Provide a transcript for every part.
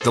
The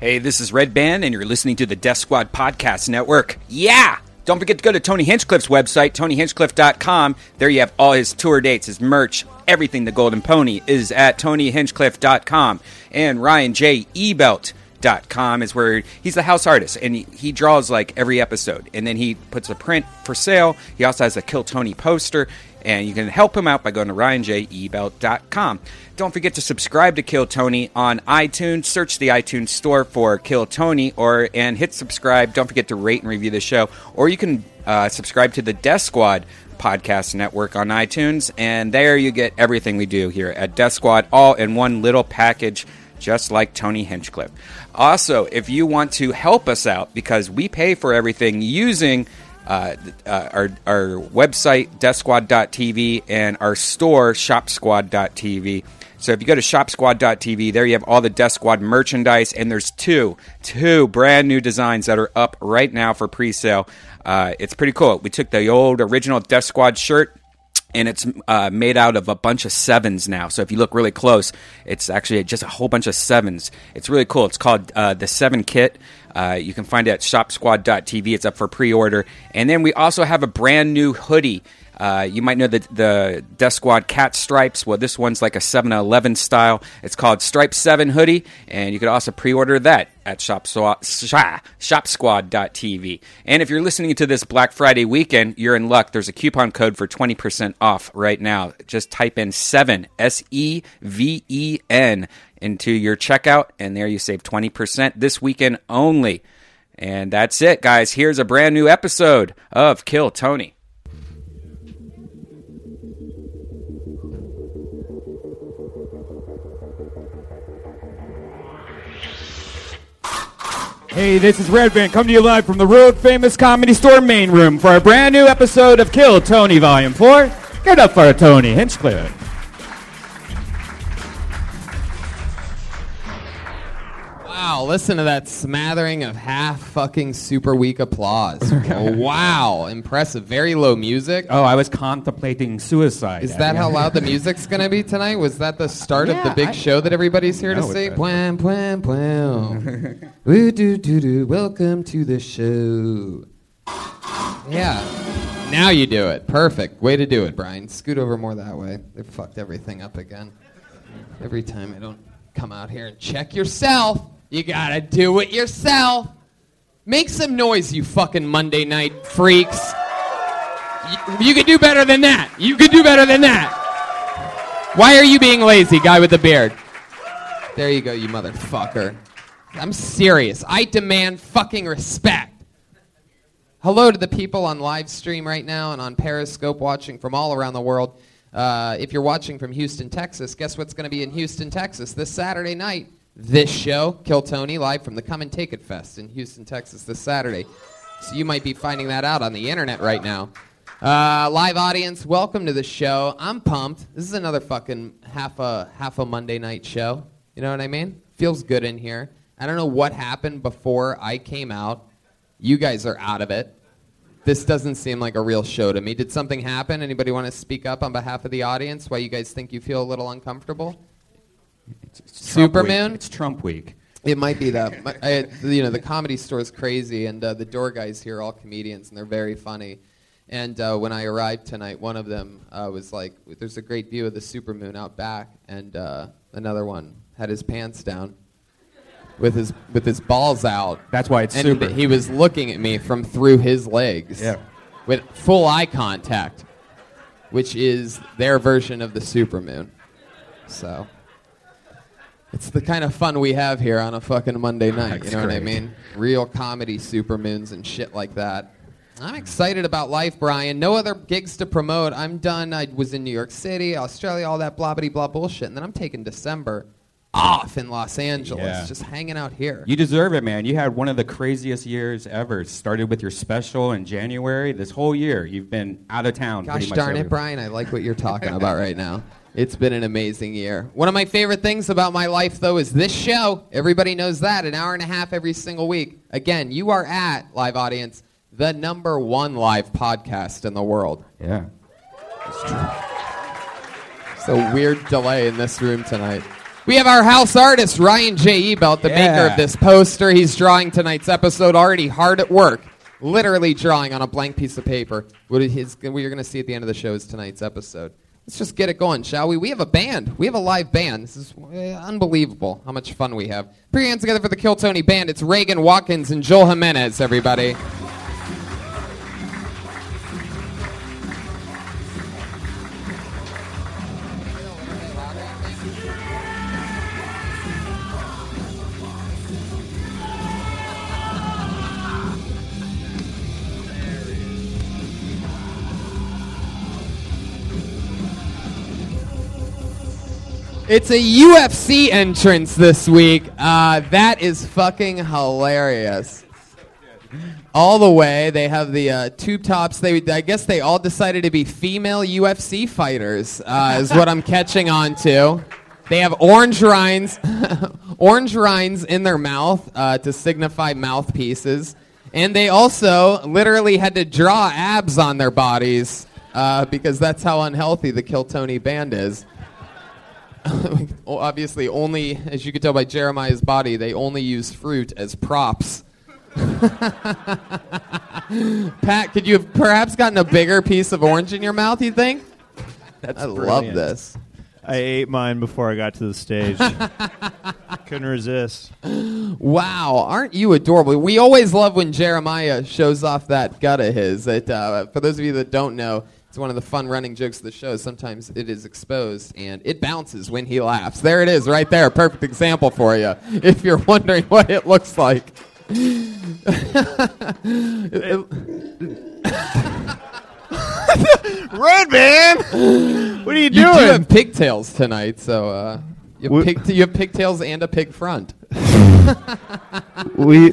Hey, this is Red Band, and you're listening to the Death Squad Podcast Network. Yeah! Don't forget to go to Tony Hinchcliffe's website, tonyhinchcliffe.com. There you have all his tour dates, his merch, everything the Golden Pony is at tonyhinchcliffe.com. And Ryan J. Ebelt dot com is where he's the house artist and he, he draws like every episode and then he puts a print for sale he also has a kill tony poster and you can help him out by going to ryanjebelt.com don't forget to subscribe to kill tony on itunes search the itunes store for kill tony or and hit subscribe don't forget to rate and review the show or you can uh, subscribe to the death squad podcast network on itunes and there you get everything we do here at death squad all in one little package just like Tony Hinchcliffe. Also, if you want to help us out, because we pay for everything using uh, uh, our, our website, deathsquad.tv, and our store, shopsquad.tv. So if you go to shopsquad.tv, there you have all the Death Squad merchandise, and there's two, two brand new designs that are up right now for pre sale. Uh, it's pretty cool. We took the old original Death Squad shirt, and it's uh, made out of a bunch of sevens now. So if you look really close, it's actually just a whole bunch of sevens. It's really cool. It's called uh, the Seven Kit. Uh, you can find it at shopsquad.tv. It's up for pre order. And then we also have a brand new hoodie. Uh, you might know the, the Death Squad Cat Stripes. Well, this one's like a 7 Eleven style. It's called Stripe 7 Hoodie, and you could also pre order that at shop, shopsquad.tv. And if you're listening to this Black Friday weekend, you're in luck. There's a coupon code for 20% off right now. Just type in 7, S E V E N, into your checkout, and there you save 20% this weekend only. And that's it, guys. Here's a brand new episode of Kill Tony. Hey, this is Red Van, coming to you live from the road famous comedy store main room for a brand new episode of Kill Tony Volume 4. Give it up for Tony Hinchcliffe. Wow, listen to that smattering of half fucking super weak applause. wow, impressive. Very low music. Oh, I was contemplating suicide. Is that how loud the music's going to be tonight? Was that the start of the Yeah, big I- show that everybody's here No, to it see? doesn't. Blam, blam, blam. Woo doo doo doo. Welcome to the show. Yeah. Now you do it. Perfect. Way to do it, Brian. Scoot over more that way. They fucked everything up again. Every time I don't come out here and check yourself, you gotta do it yourself. Make some noise, you fucking Monday night freaks. You, you could do better than that. You could do better than that. Why are you being lazy, guy with the beard? There you go, you motherfucker. I'm serious. I demand fucking respect. Hello to the people on live stream right now and on Periscope watching from all around the world. Uh, if you're watching from Houston, Texas, guess what's going to be in Houston, Texas this Saturday night? This show, Kill Tony, live from the Come and Take It Fest in Houston, Texas this Saturday. So you might be finding that out on the internet right now. Uh, live audience, welcome to the show. I'm pumped. This is another fucking half a half a Monday night show. You know what I mean? Feels good in here. I don't know what happened before I came out. You guys are out of it. This doesn't seem like a real show to me. Did something happen? Anybody want to speak up on behalf of the audience? Why you guys think you feel a little uncomfortable? Superman? It's Trump week. It might be that. My- I, you know, the comedy store is crazy, and uh, the door guys here are all comedians, and they're very funny. And uh, when I arrived tonight, one of them uh, was like, "There's a great view of the supermoon out back," and uh, another one had his pants down, with his with his balls out. That's why it's and super. He was looking at me from through his legs. Yeah. With full eye contact, which is their version of the supermoon. So. It's the kind of fun we have here on a fucking Monday night. You That's know what I great. mean? Real comedy supermoons and shit like that. I'm excited about life, Brian. No other gigs to promote. I'm done. I was in New York City, Australia, all that blah bitty blah bullshit. And then I'm taking December off in Los Angeles, Yeah. just hanging out here. You deserve it, man. You had one of the craziest years ever. Started with your special in January. This whole year, you've been out of town. Gosh pretty much darn every- it, Brian, I like what you're talking about right now. It's been an amazing year. One of my favorite things about my life, though, is this show. Everybody knows that. An hour and a half every single week. Again, you are at, live audience, the number one live podcast in the world. Yeah. It's a weird delay in this room tonight. We have our house artist, Ryan J. Ebelt, the maker of this poster. He's drawing tonight's episode, already hard at work, literally drawing on a blank piece of paper. What, it is, what you're going to see at the end of the show is tonight's episode. Let's just get it going, shall we? We have a band. We have a live band. This is uh, unbelievable how much fun we have. Put your hands together for the Kill Tony Band. It's Reagan Watkins and Joel Jimenez, everybody. It's a UFC entrance this week. Uh, that is fucking hilarious. All the way, they have the uh, tube tops. They, I guess they all decided to be female UFC fighters, uh, is what I'm catching on to. They have orange rinds, orange rinds in their mouth uh, to signify mouthpieces, and they also literally had to draw abs on their bodies uh, because that's how unhealthy the Kill Tony band is. Well, obviously only as you could tell by jeremiah's body they only use fruit as props pat could you have perhaps gotten a bigger piece of orange in your mouth you think That's i love brilliant. this I ate mine before I got to the stage. Couldn't resist. wow aren't you adorable we always love when jeremiah shows off that gut of his it, uh, for those of you that don't know it's one of the fun running jokes of the show sometimes it is exposed and it bounces when he laughs there it is right there perfect example for you if you're wondering what it looks like Red man, what are you You do doing? have pigtails tonight, so uh, you, have We- pig you have pigtails and a pig front. we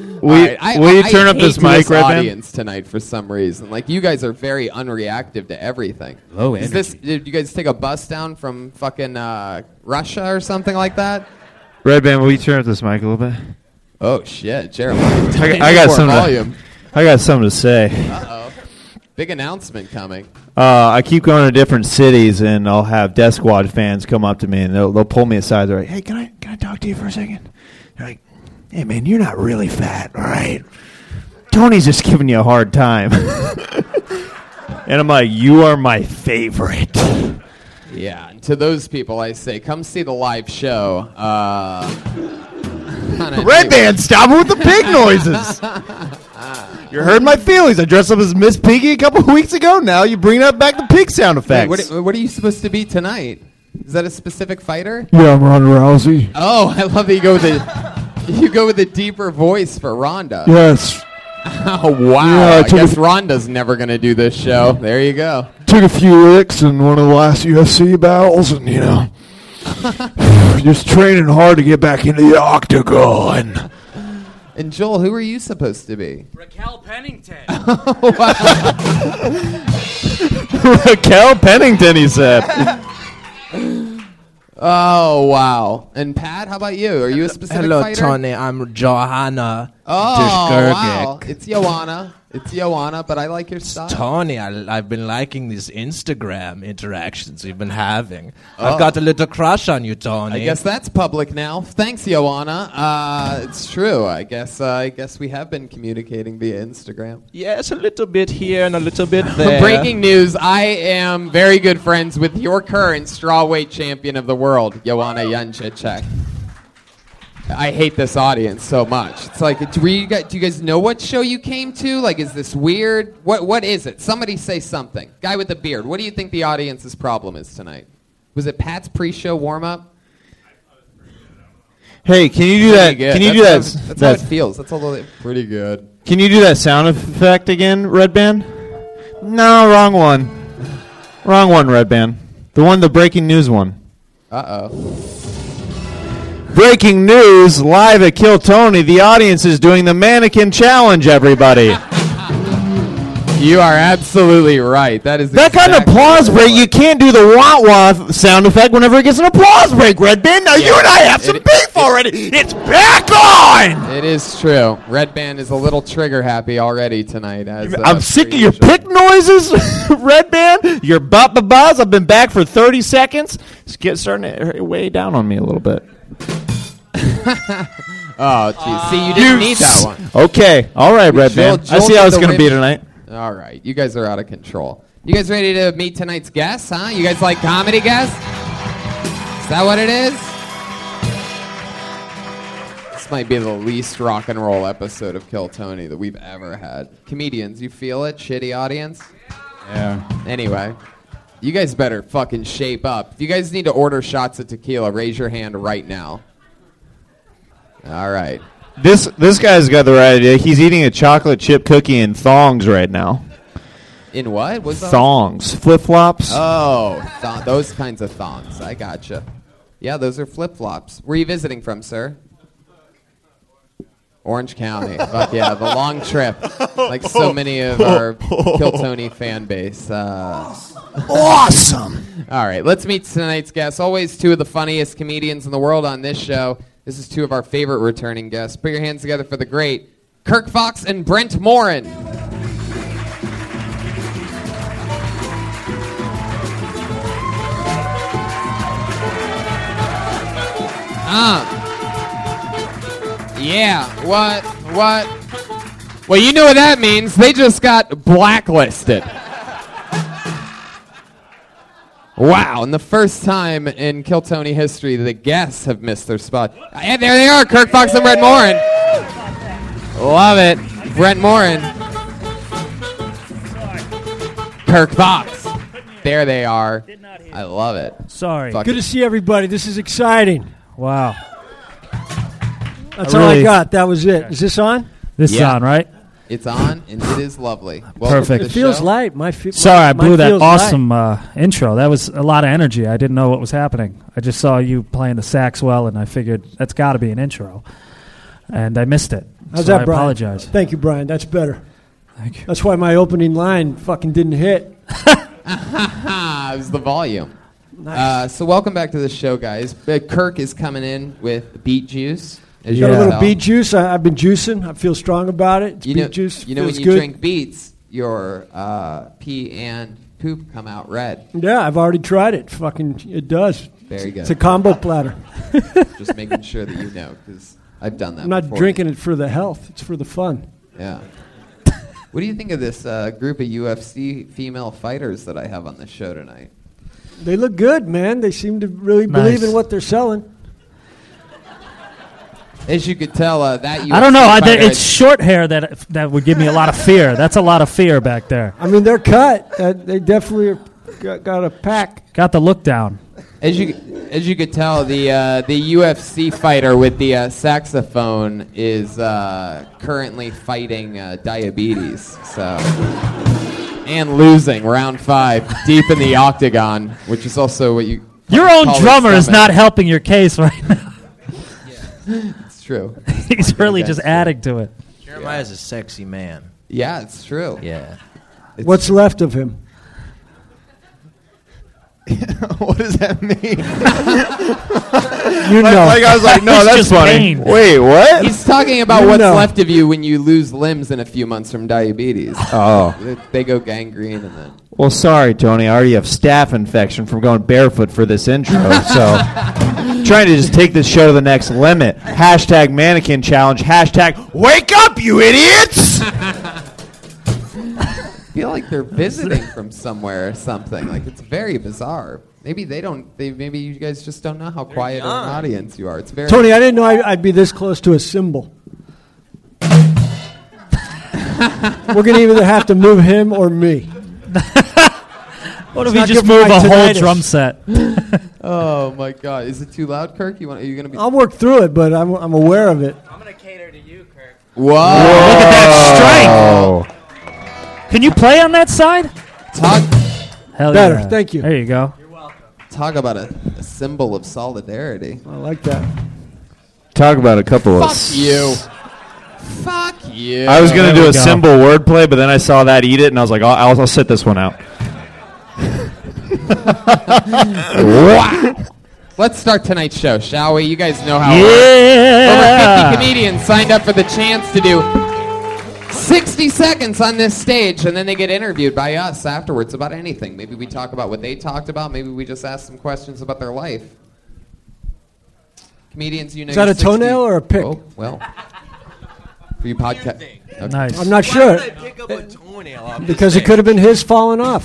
All we right, I- will you I- I turn up hate this mic, Red man? audience tonight for some reason. Like you guys are very unreactive to everything. Low Is this? Did you guys take a bus down from fucking uh, Russia or something like that? Red man, will you turn up this mic a little bit? Oh shit, Jeremiah! I, I got More something. volume. To, I got something to say. Big announcement coming. Uh, I keep going to different cities, and I'll have Death Squad fans come up to me, and they'll, they'll pull me aside. They're like, "Hey, can I can I talk to you for a second? They're like, "Hey, man, you're not really fat, all right? Tony's just giving you a hard time." and I'm like, "You are my favorite." Yeah, and to those people, I say, come see the live show. Uh, on a- Red band, stop with the pig noises. you heard my feelings. I dressed up as Miss Piggy a couple weeks ago. Now you bring up back the pig sound Wait, effects. what, are- what are you supposed to be tonight? Is that a specific fighter? yeah, I'm Ronda Rousey. Oh, I love that you go with a you go with a deeper voice for Rhonda. Yes, Oh wow! Yeah, I I took guess a- Rhonda's never gonna do this show. There you go. took a few licks in one of the last UFC battles, and you know, just training hard to get back into the octagon. And Joel, who are you supposed to be? Oh, Raquel Pennington. Raquel Pennington, he said. Oh wow! And Pat, how about you? Are you a specific Hello, fighter? Tony. I'm Johanna. Oh wow! Dishgergic. It's Joanna. It's Joanna, but I like your style. Tony, I, I've been liking these Instagram interactions we've been having. I've got a little crush on you, Tony. Oh. I guess that's public now. Thanks, Joanna. Uh, it's true. I guess. Uh, I guess we have been communicating via Instagram. Yes, a little bit here and a little bit there. Breaking news: I am very good friends with your current strawweight champion of the world, Joanna Janjicek. I hate this audience so much. It's like, do you guys, do you guys know what show you came to? Like, is this weird? What what is it? Somebody say something. Guy with the beard. What do you think the audience's problem is tonight? Was it Pat's pre-show warm-up? Hey, can you do Pretty that? good. Can you do that? That's how it- That's that- how it feels. That's all. they- Pretty good. can you do that sound effect again, Red Band? No, wrong one. Wrong one, Red Band. The one, the breaking news one. Uh oh. Breaking news live at Kill Tony. The audience is doing the mannequin challenge, everybody. You are absolutely right. That is that kind of exactly applause what it break, you was. can't do the wah wah sound effect whenever it gets an applause break, Red Band. Now you and I have some beef already. It's back on! It is true. Red Band is a little trigger happy already tonight. As, uh, I'm sick of per your usual. pick noises, Red Band. Your ba ba buzz. I've been back for 30 seconds. It's get starting to weigh down on me a little bit. Oh, geez. see, you didn't need that one. Oh. Okay. All right, Red Joel- Band. I Joel see how did it's the going to be win. tonight. All right, you guys are out of control. You guys ready to meet tonight's guests, huh? You guys like comedy guests? Is that what it is? This might be the least rock and roll episode of Kill Tony that we've ever had. Comedians, you feel it? Shitty audience? Yeah. Anyway, you guys better fucking shape up. If you guys need to order shots of tequila, raise your hand right now. All right. This this guy's got the right idea. He's eating a chocolate chip cookie in thongs right now. In what? What's that? Thongs, flip flops. Oh, th- those kinds of thongs. I gotcha. Yeah, those are flip flops. Where are you visiting from, sir? Orange County. Fuck yeah, the long trip. Like so many of our Kill Tony fan base. Uh, awesome. all right, let's meet tonight's guests. Always two of the funniest comedians in the world on this show. This is two of our favorite returning guests. Put your hands together for the great Kirk Fox and Brent Morin. Uh. Yeah. What? What? Well, you know what that means. They just got blacklisted. Wow, and the first time in Kill Tony history that the guests have missed their spot. And there they are, Kirk Fox and Brent Morin. Love it. Brent Morin. Kirk Fox. There they are. I love it. Sorry. Fuck Good to it. see everybody. This is exciting. Wow. That's I all really- I got. That was it. Is this on? This Yeah. sound, right? It's on, and it is lovely. Welcome Perfect. To the It feels show. light. My fe- Sorry, my- I blew mine that feels light. awesome uh, intro. That was a lot of energy. I didn't know what was happening. I just saw you playing the sax well, and I figured that's got to be an intro, and I missed it. How's so that, I Brian? apologize. Thank you, Brian. That's better. Thank you. That's why my opening line fucking didn't hit. Ah, it was the volume. Uh, so welcome back to the show, guys. Uh, Kirk is coming in with beet juice. As Got you a little tell. beet juice. I, I've been juicing. I feel strong about it. It's You beet know, juice. You know Feels when you good. drink beets, your uh, pee and poop come out red. Yeah, I've already tried it. Fucking, it does. Very good. It's a combo platter. Just making sure that you know, because I've done that. I'm not before. drinking it for the health. It's for the fun. Yeah. What do you think of this uh, group of UFC female fighters that I have on the show tonight? They look good, man. They seem to really believe in Nice. what they're selling. As you could tell, uh, that UFC I don't know. I, Fighter, th- it's short hair that that would give me a lot of fear. That's a lot of fear back there. I mean, they're cut. Uh, they definitely are, got, got a pack. Got the look down. As you as you could tell, the uh, the UFC fighter with the uh, saxophone is uh, currently fighting uh, diabetes. So and losing round five deep in the octagon, which is also what you Your own call a drummer is stomach. not helping your case right now. It's true. He's really that's just true. adding to it. Jeremiah's a sexy man. Yeah, it's true. Yeah. It's- What's left of him? what does that mean? You know. Like I was like, no, It's that's just funny. pain. Wait, what? He's talking about You what's know. left of you when you lose limbs in a few months from diabetes. oh. They- They go gangrene and then. Well, sorry, Tony. I already have staph infection from going barefoot for this intro. So, trying to just take this show to the next limit. Hashtag mannequin challenge. Hashtag wake up, you idiots! I feel like they're visiting from somewhere or something. Like it's very bizarre. Maybe they don't. They maybe you guys just don't know how quiet of an audience you are. It's very. Tony, I didn't know I, I'd be this close to a symbol. We're going to either have to move him or me. What It's if we not just good for move my a whole tinnitus. drum set? Oh my God! Is it too loud, Kirk? You want? Are you gonna be? I'll work through it, but I'm, I'm aware of it. Whoa! Look at that strike. Can you play on that side? Talk, Hell Better, yeah. thank you. There you go. talk about a, a symbol of solidarity. I like that. Talk about a couple of. Fuck you. Fuck you. I was gonna There we do a go. symbol wordplay, but then I saw that eat it, and I was like, I'll, I'll, I'll sit this one out. Let's start tonight's show, shall we? You guys know how. it works. Over 50 Yeah. comedians signed up for the chance to do 60 seconds on this stage, and then they get interviewed by us afterwards about anything. Maybe we talk about what they talked about. Maybe we just ask some questions about their life. Comedians, you know. Is that your a toenail 60 or a pick? Oh, well. For you podcast. Okay. Nice. I'm not sure pick up a toenail off because it could have been his falling off.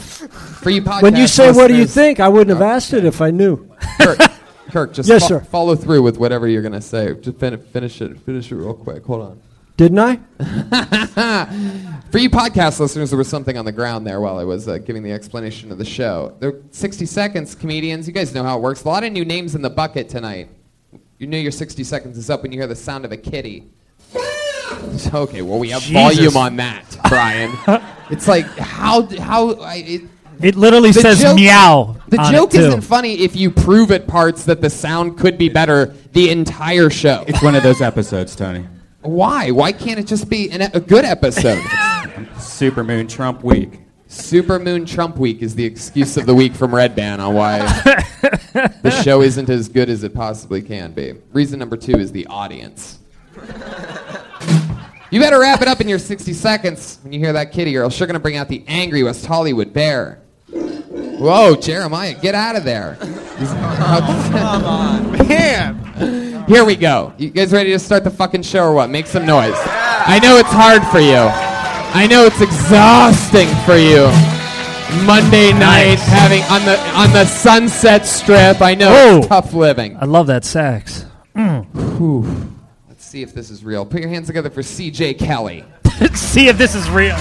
For you podcast. When you say, "What do you listeners, think?" I wouldn't have asked it if I knew. Kirk, Kirk just Yes, fo- sir. follow through with whatever you're going to say. Just fin- finish it. Finish it real quick. Hold on. Didn't I? For you podcast listeners, there was something on the ground there while I was uh, giving the explanation of the show. There, 60 seconds, comedians. You guys know how it works. A lot of new names in the bucket tonight. You know your 60 seconds is up when you hear the sound of a kitty. okay, well, we have volume on that, Brian. it's like, how. how I, it, It literally the says joke- meow. The on joke it too. isn't funny if you prove it parts that the sound could be better the entire show. It's one of those episodes, Tony. Why? Why can't it just be an, e- a good episode? Supermoon Trump week. Supermoon Trump Week is the excuse of the week from Red Band on why the show isn't as good as it possibly can be. Reason number two is the audience. You better wrap it up in your 60 seconds when you hear that kitty, or else you're going to bring out the angry West Hollywood bear. Whoa, Jeremiah, get out of there. Come on. Man. Here we go. You guys ready to start the fucking show or what? Make some noise. I know it's hard for you. I know it's exhausting for you. Monday night having on the on the Sunset Strip. I know Oh, it's Whoa. tough living. Oh. I love that sax. Mm. Let's see if this is real. Put your hands together for CJ Kelly. Let's see if this is real.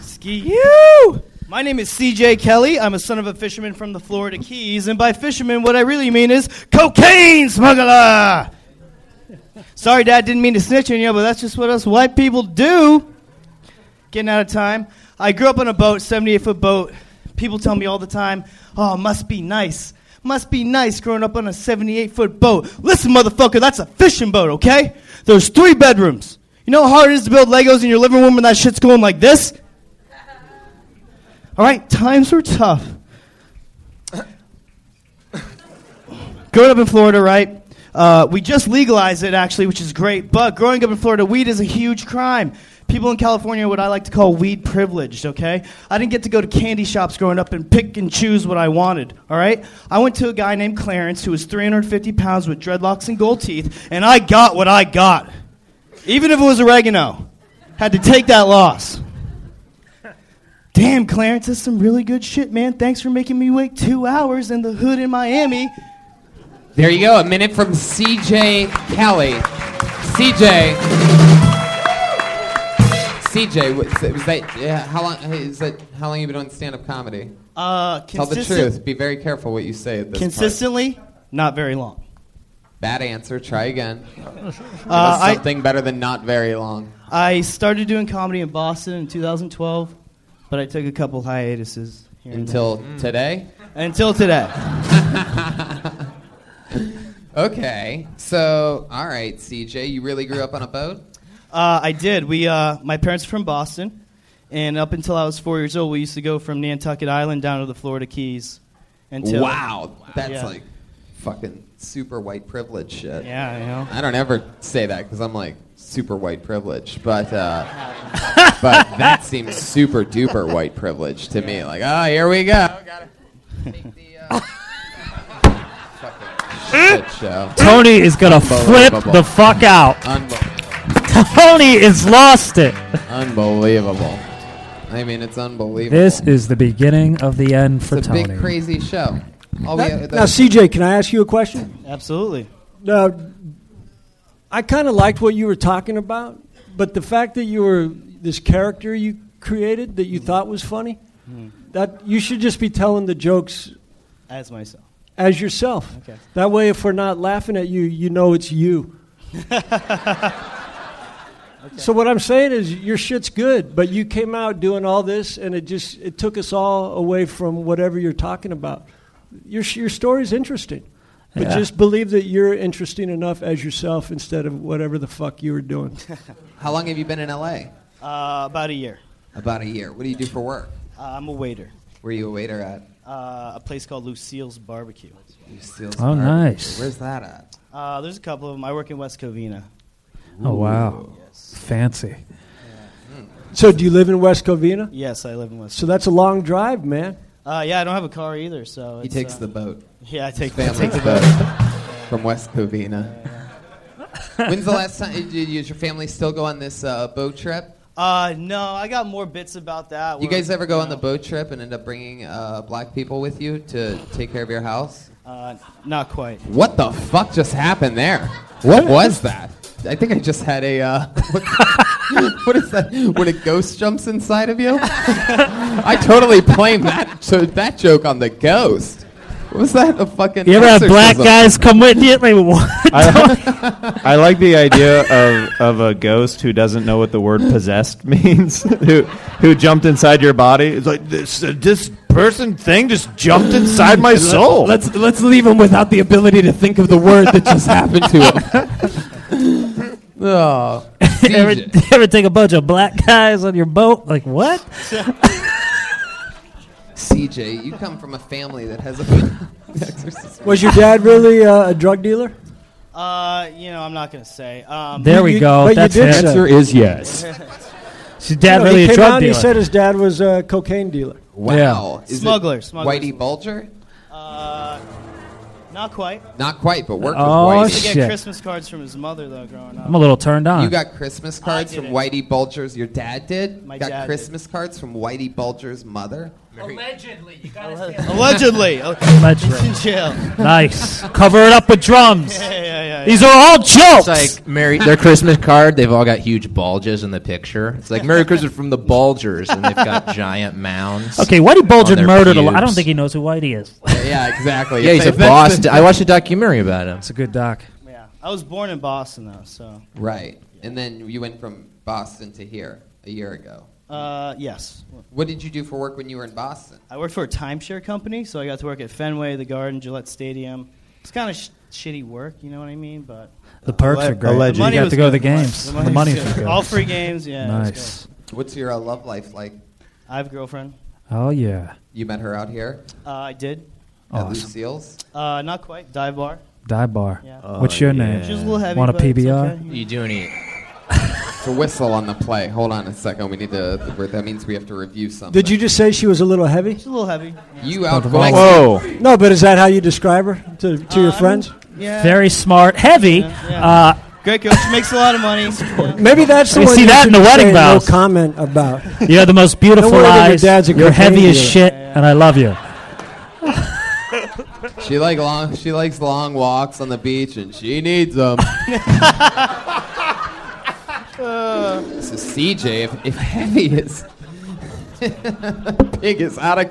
Ski you! My name is CJ Kelly. I'm a son of a fisherman from the Florida Keys, and by fisherman, what I really mean is cocaine smuggler! Sorry, Dad, didn't mean to snitch on you, but that's just what us white people do. Getting out of time. I grew up on a boat, 78 foot boat. People tell me all the time, oh, must be nice. Must be nice growing up on a 78 foot boat. Listen, motherfucker, that's a fishing boat, okay? There's three bedrooms. You know how hard it is to build Legos in your living room when that shit's going like this? All right, times were tough. growing up in Florida, right? Uh, we just legalized it, actually, which is great. But growing up in Florida, weed is a huge crime. People in California are what I like to call weed privileged, okay? I didn't get to go to candy shops growing up and pick and choose what I wanted, all right? I went to a guy named Clarence who was 350 pounds with dreadlocks and gold teeth, and I got what I got. Even if it was oregano, had to take that loss. Damn, Clarence, that's some really good shit, man. Thanks for making me wait two hours in the hood in Miami. There you go. A minute from CJ Kelly. CJ. CJ, what's- was that? Yeah, how long is that? How long you been doing stand-up comedy? Uh, Tell the consistent- truth. Be very careful what you say at this part. Consistently, not very long. Bad answer. Try again. Uh, That's I, something better than not very long. I started doing comedy in Boston in 2012, but I took a couple hiatuses here and Until today. there. Mm. until today. Okay. So, all right, CJ, you really grew up on a boat? Uh, I did. We, uh, my parents are from Boston, and up until I was four years old, we used to go from Nantucket Island down to the Florida Keys. Until wow, that's Yeah. like fucking super white privilege shit. Yeah, you know. I don't ever say that because I'm like super white privilege, but uh, but that seems super duper white privilege to me. Like, oh, here we go. Gotta make the, uh, fucking shit show. Tony is gonna flip Unbelievable. the fuck out. Unbelievable. Tony is lost it. unbelievable. I mean, it's unbelievable. This is the beginning of the end for it's a Tony. big crazy show. All we- Now, the- now, CJ, can I ask you a question? Absolutely. Now, I kind of liked what you were talking about, but the fact that you were this character you created that you thought was funny, that you should just be telling the jokes As myself. as yourself. Okay. That way, if we're not laughing at you, you know it's you. So what I'm saying is your shit's good, but you came out doing all this, and it just it took us all away from whatever you're talking about. Your sh- your story's interesting, but Yeah. just believe that you're interesting enough as yourself instead of whatever the fuck you were doing. How long have you been in LA? Uh, about a year. About a year. What do you do for work? Uh, I'm a waiter. Were you a waiter at? Uh, a place called Lucille's Barbecue. Lucille's Oh, Barbecue? nice. Where's that at? Uh, there's a couple of them. I work in West Covina. Oh wow, fancy. so do you live in West Covina? Hmm. Yes, I live in West. So that's a long drive, man. Uh, yeah, I don't have a car either, so He it's, takes uh, the boat. Yeah, I take I Family take the boat from West Covina. When's the last time? Did you, does your family still go on this uh, boat trip? Uh, no, I got more bits about that. You where, guys ever go on know, the boat trip and end up bringing uh, black people with you to take care of your house? Uh, not quite. What the fuck just happened there? What was that? I think I just had a. Uh, what is that? When a ghost jumps inside of you? I totally blame that jo- that joke on the ghost. Was that a fucking? You ever have black exorcism? guys come with you? Like, what? I like the idea of, of a ghost who doesn't know what the word possessed means, who who jumped inside your body. It's like this uh, this person thing just jumped inside my soul. Let's let's leave him without the ability to think of the word that just happened to him. oh, ever, CJ. ever take a bunch of black guys on your boat? Like what? CJ, you come from a family that has a. exorcism. Was your dad really uh, a drug dealer? Uh, you know, I'm not gonna say. Um, There we you- go. but you That's did it. say- Answer is yes. She's dad No, really he a came drug out and dealer. He said his dad was a cocaine dealer. Wow, Oh, Is it Smuggler, smuggler, Whitey smuggler. Bulger. uh, not quite. Not quite, but worked Oh, with I Whitey. get Shit. Christmas cards from his mother though. Growing up, I'm a little turned on. You got Christmas cards did from it. Whitey Bulger's. Your dad did. My got dad did. Christmas cards from Whitey Bulger's mother. allegedly, oh, Allegedly. in jail. Yeah, nice. Cover it up with drums. yeah, yeah, yeah. These are all jokes. It's like Merry, their Christmas card. They've all got huge bulges in the picture. It's like Merry Christmas from the Bulgers, and they've got giant mounds. okay, Whitey Bulger On their murdered a lot. I pubes. don't think he knows who Whitey is. Oh, Yeah, exactly. Yeah, he's a If that's Boston. I watched a documentary about him. It's a good doc. yeah. I was born in Boston though, so the- Right, and then you went from Boston to here a year ago. uh, yes. What did you do for work when you were in Boston? I worked for a timeshare company, so I got to work at Fenway, the Garden, Gillette Stadium. It's kind of sh- shitty work, you know what I mean? But The perks are great. Alleged. The money You got was to go to the good. money- games. The money was was good. All free games, yeah. it was Nice. good. What's your uh, love life like? I have a girlfriend. Oh yeah. You met her out here Uh, I did. at Awesome. Lucille's. Uh, not quite. Dive bar. Dive bar. Yeah. Oh, What's your name? She was a little heavy. Want a but it's PBR? okay. You do any? It's a whistle on the play. Hold on a second. We need to. That means we have to review something. Did you just say she was a little heavy? Oh. She's a little heavy. Yeah. You out? Whoa. No, but is that how you describe her to, to your Um, friends? Yeah. Very smart, heavy. yeah. Uh, Great girl. She makes a lot of money. Yeah. Maybe that's the We one see you that in should the just wedding say vows. No comment about. you have the most beautiful wonder your eyes. dad's a You're heavy cocaine as dealer. shit, and I love you. She like long. She likes long walks on the beach, and she needs them. so CJ, if, if heavy is pig is out of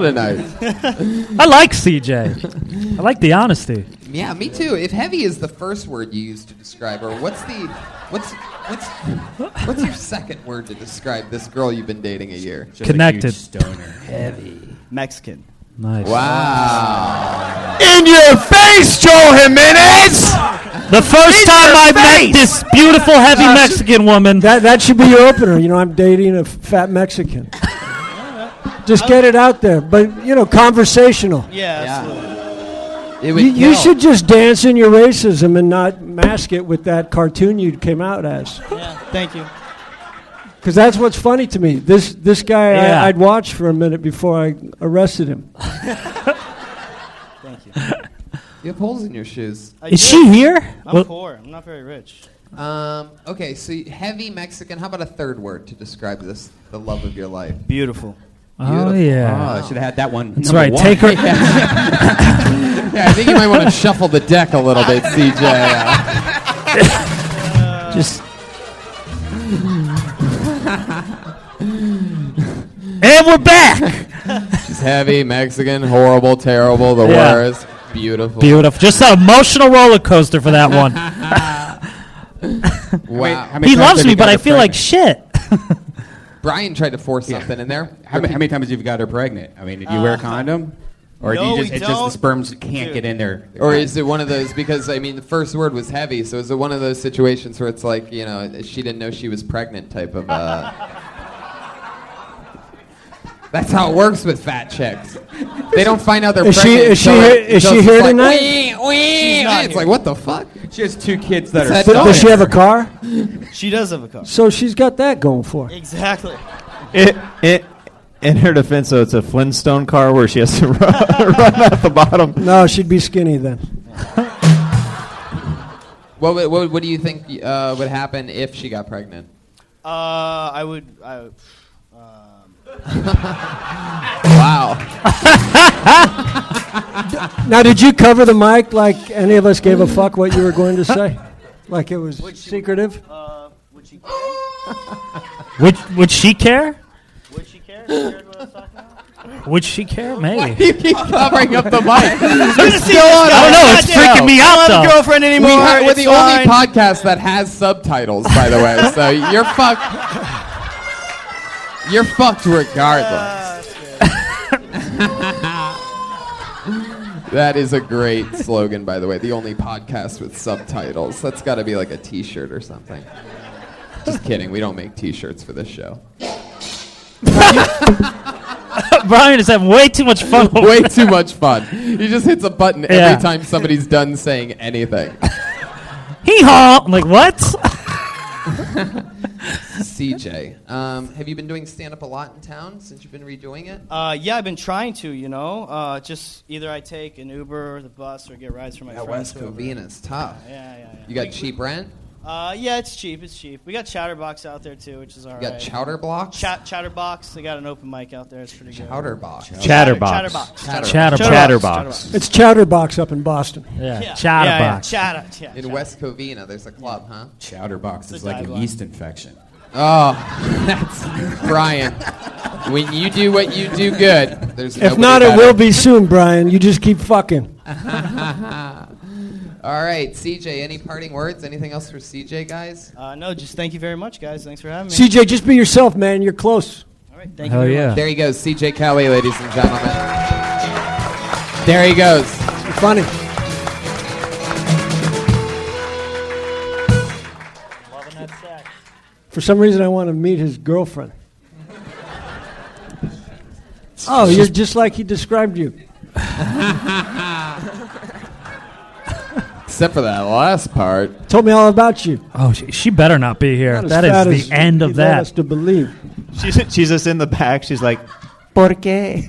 tonight. I like CJ. I like the honesty. Yeah, me too. If heavy is the first word you use to describe her, what's the what's what's what's your second word to describe this girl you've been dating a year? Connected. Mexican. Nice. Wow. In your face, Joe Jimenez! The first time I met this beautiful, heavy Mexican woman. That that should be your opener. You know, I'm dating a fat Mexican. Just get it out there, but you know, conversational. Yeah, Yeah. absolutely. It would You, you kill. should just dance in your racism and not mask it with that cartoon you came out as. Yeah. Thank you. Because that's what's funny to me. This this guy, Yeah. I, I'd watch for a minute before I arrested him. Thank you. You have holes in your shoes. I Is did. she here? I'm poor. I'm not very rich. Um, okay, so you- heavy Mexican. How about a third word to describe this, the love of your life? Beautiful. oh Beautiful. Oh, yeah. I should have had that one. That's right. Take her. Yeah, I think you might want to shuffle the deck a little bit, uh. CJ. Uh, Just. and we're back. she's heavy, Mexican, horrible, terrible, the Yeah. worst, beautiful. Beautiful. Just an emotional roller coaster for that one. Wow. How many he times loves have me, you but got I her feel like shit. Brian tried to force something in there. Uh, How, ma- how many times have you got her pregnant? I mean, did you wear a condom? Or do No, you just, we it's just the don't. sperms can't get in there? Or is it one of those? Because I mean, the first word was heavy, so is it one of those situations where it's like you know she didn't know she was pregnant type of? Uh, that's how it works with fat chicks. They don't find out they're Is she- pregnant. is she so here- it- is so she it's here like, tonight? "Wee, wee," She's not It's here. like what the fuck? She has two kids that Does- Does she have a car? She does have a car. So she's got that going for her. Exactly. It, it, in her defense, though, it's a Flintstone car where she has to run, run out the bottom. No, she'd be skinny then. What, would- what, what do you think uh, would happen if she got pregnant? Uh, I would. I, um, would- um. Now, did you cover the mic like any of us gave a fuck what you were going to say? Like it was secretive? Uh, would she? Would would she care? Would she care? She cared what I was talking about? Would she care? Maybe. You keep covering up the mic. Good to see this guy. I don't know, it's Goddamn. freaking me I out, don't have a though. girlfriend We anymore. ha- we're it's the fine. only podcast that has subtitles, by the way. So you're fucked. You're fucked regardless. that is a great slogan, by the way. The only podcast with subtitles. That's got to be like a T-shirt or something. Just kidding. We don't make T-shirts for this show. Brian is having way too much fun. over Way there. too much fun. He just hits a button every Yeah. time somebody's done saying anything. Hee haw! I'm like, what? CJ, um, have you been doing stand up a lot in town since you've been redoing it? Uh, yeah, I've been trying to, you know. Uh, just either I take an Uber or the bus or get rides from my Yeah, friends. West Covina's tough. Yeah, yeah, yeah. You got cheap rent. Uh, yeah, it's cheap. It's cheap. We got Chatterbox out there too, which is alright. got Chowder Blocks? Chat Chatterbox. They got an open mic out there. It's pretty good. Powderbox. Chatterbox. Chatterbox. Chatterbox. Chatterbox. Chatterbox. It's Chowderbox up in Boston. Yeah. Yeah. Chatterbox. Yeah, yeah, chatter. Yeah, In West Covina, there's a club, huh? Chowderbox It's is a like an guideline. yeast infection. Oh, that's Brian. When you do what you do good, there's If not, it better. will be soon, Brian. You just keep fucking. All right, CJ. Any parting words? Anything else for CJ, guys? Uh, no, just thank you very much, guys. Thanks for having me. CJ, just be yourself, man. You're close. All right, thank you. Hell very yeah. There he goes, CJ Kelly, ladies and gentlemen. There he goes. You're funny. For some reason, I want to meet his girlfriend. Oh, you're just like he described you. Except for that last part. Told me all about you. Oh, she, she better not be here. Not as That fat is as the end he of led us that. to believe. She's, she's just in the back. She's like, ¿Por qué?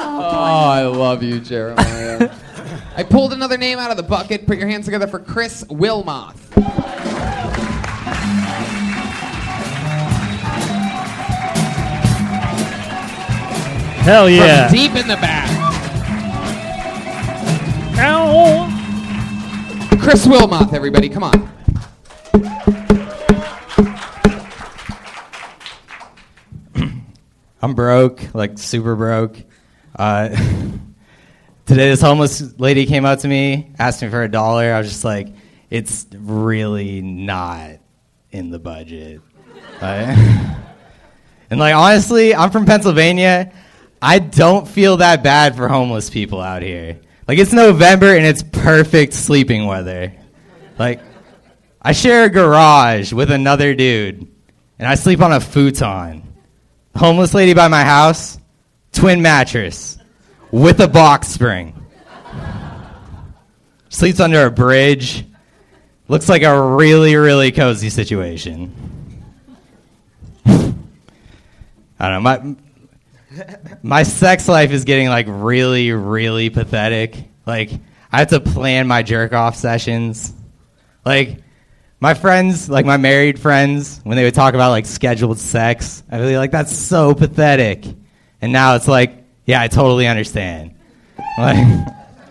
Oh, I love you, Jeremiah. I pulled another name out of the bucket. Put your hands together for Chris Wilmoth. Oh, Hell yeah. From deep in the back. Ow. Chris Wilmoth, everybody, come on. I'm broke, like super broke. Uh, today, this homeless lady came up to me, asked me for a dollar. I was just like, it's really not in the budget. Like- and like, honestly, I'm from Pennsylvania. I don't feel that bad for homeless people out here. Like, it's November and it's perfect sleeping weather. Like, I share a garage with another dude, and I sleep on a futon. Homeless lady by my house, twin mattress with a box spring. Sleeps under a bridge. Looks like a really, really cozy situation. I don't know. My, my sex life is getting like really, really pathetic. Like, I have to plan my jerk off sessions. Like, my friends, like my married friends, when they would talk about like scheduled sex, I'd be like, that's so pathetic. And now it's like, yeah, I totally understand. Like,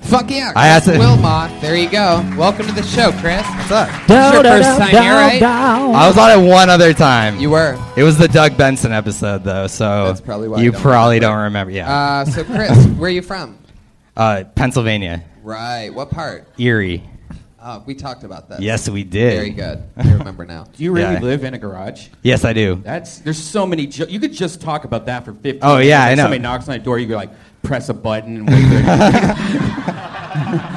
Fuck yeah, I had Chris to- Wilmot. There you go. Welcome to the show, Chris. What's up? Down, It's your down, first down, time down, here, right? down. I was on it one other time. You were. It was the Doug Benson episode, though, so That's probably why I you don't probably don't remember. Yeah, Uh, so, Chris, where are you from? uh, Pennsylvania, Right. What part? Erie. Oh, we talked about that. Yes, we did. Very good. I remember now. Do you really Yeah. live in a garage? Yes, I do. That's there's so many. Jo- you could just talk about that for 15. Oh, yeah, minutes. I know. Somebody knocks on a door, you go like press a button. And wait there.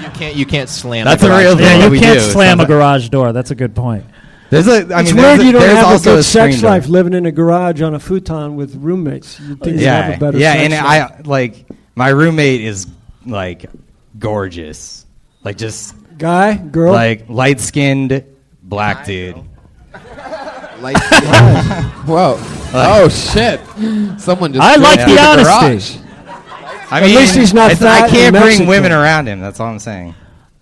You can't. You can't slam. That's the a garage real door. thing yeah, we you can't do. slam a Sometimes- garage door. That's a good point. There's a. I it's weird mean, there's, you don't there's have also a a good screen sex door. life living in a garage on a futon with roommates. You think you'd yeah, have a better yeah, sex and life. I like my roommate is like gorgeous, like just guy, girl, like light skinned black dude. Like, whoa. oh, shit. Someone just. moved to garage. I At mean, least he's not it's- I fat can't and bring Mexican. women around him. That's all I'm saying.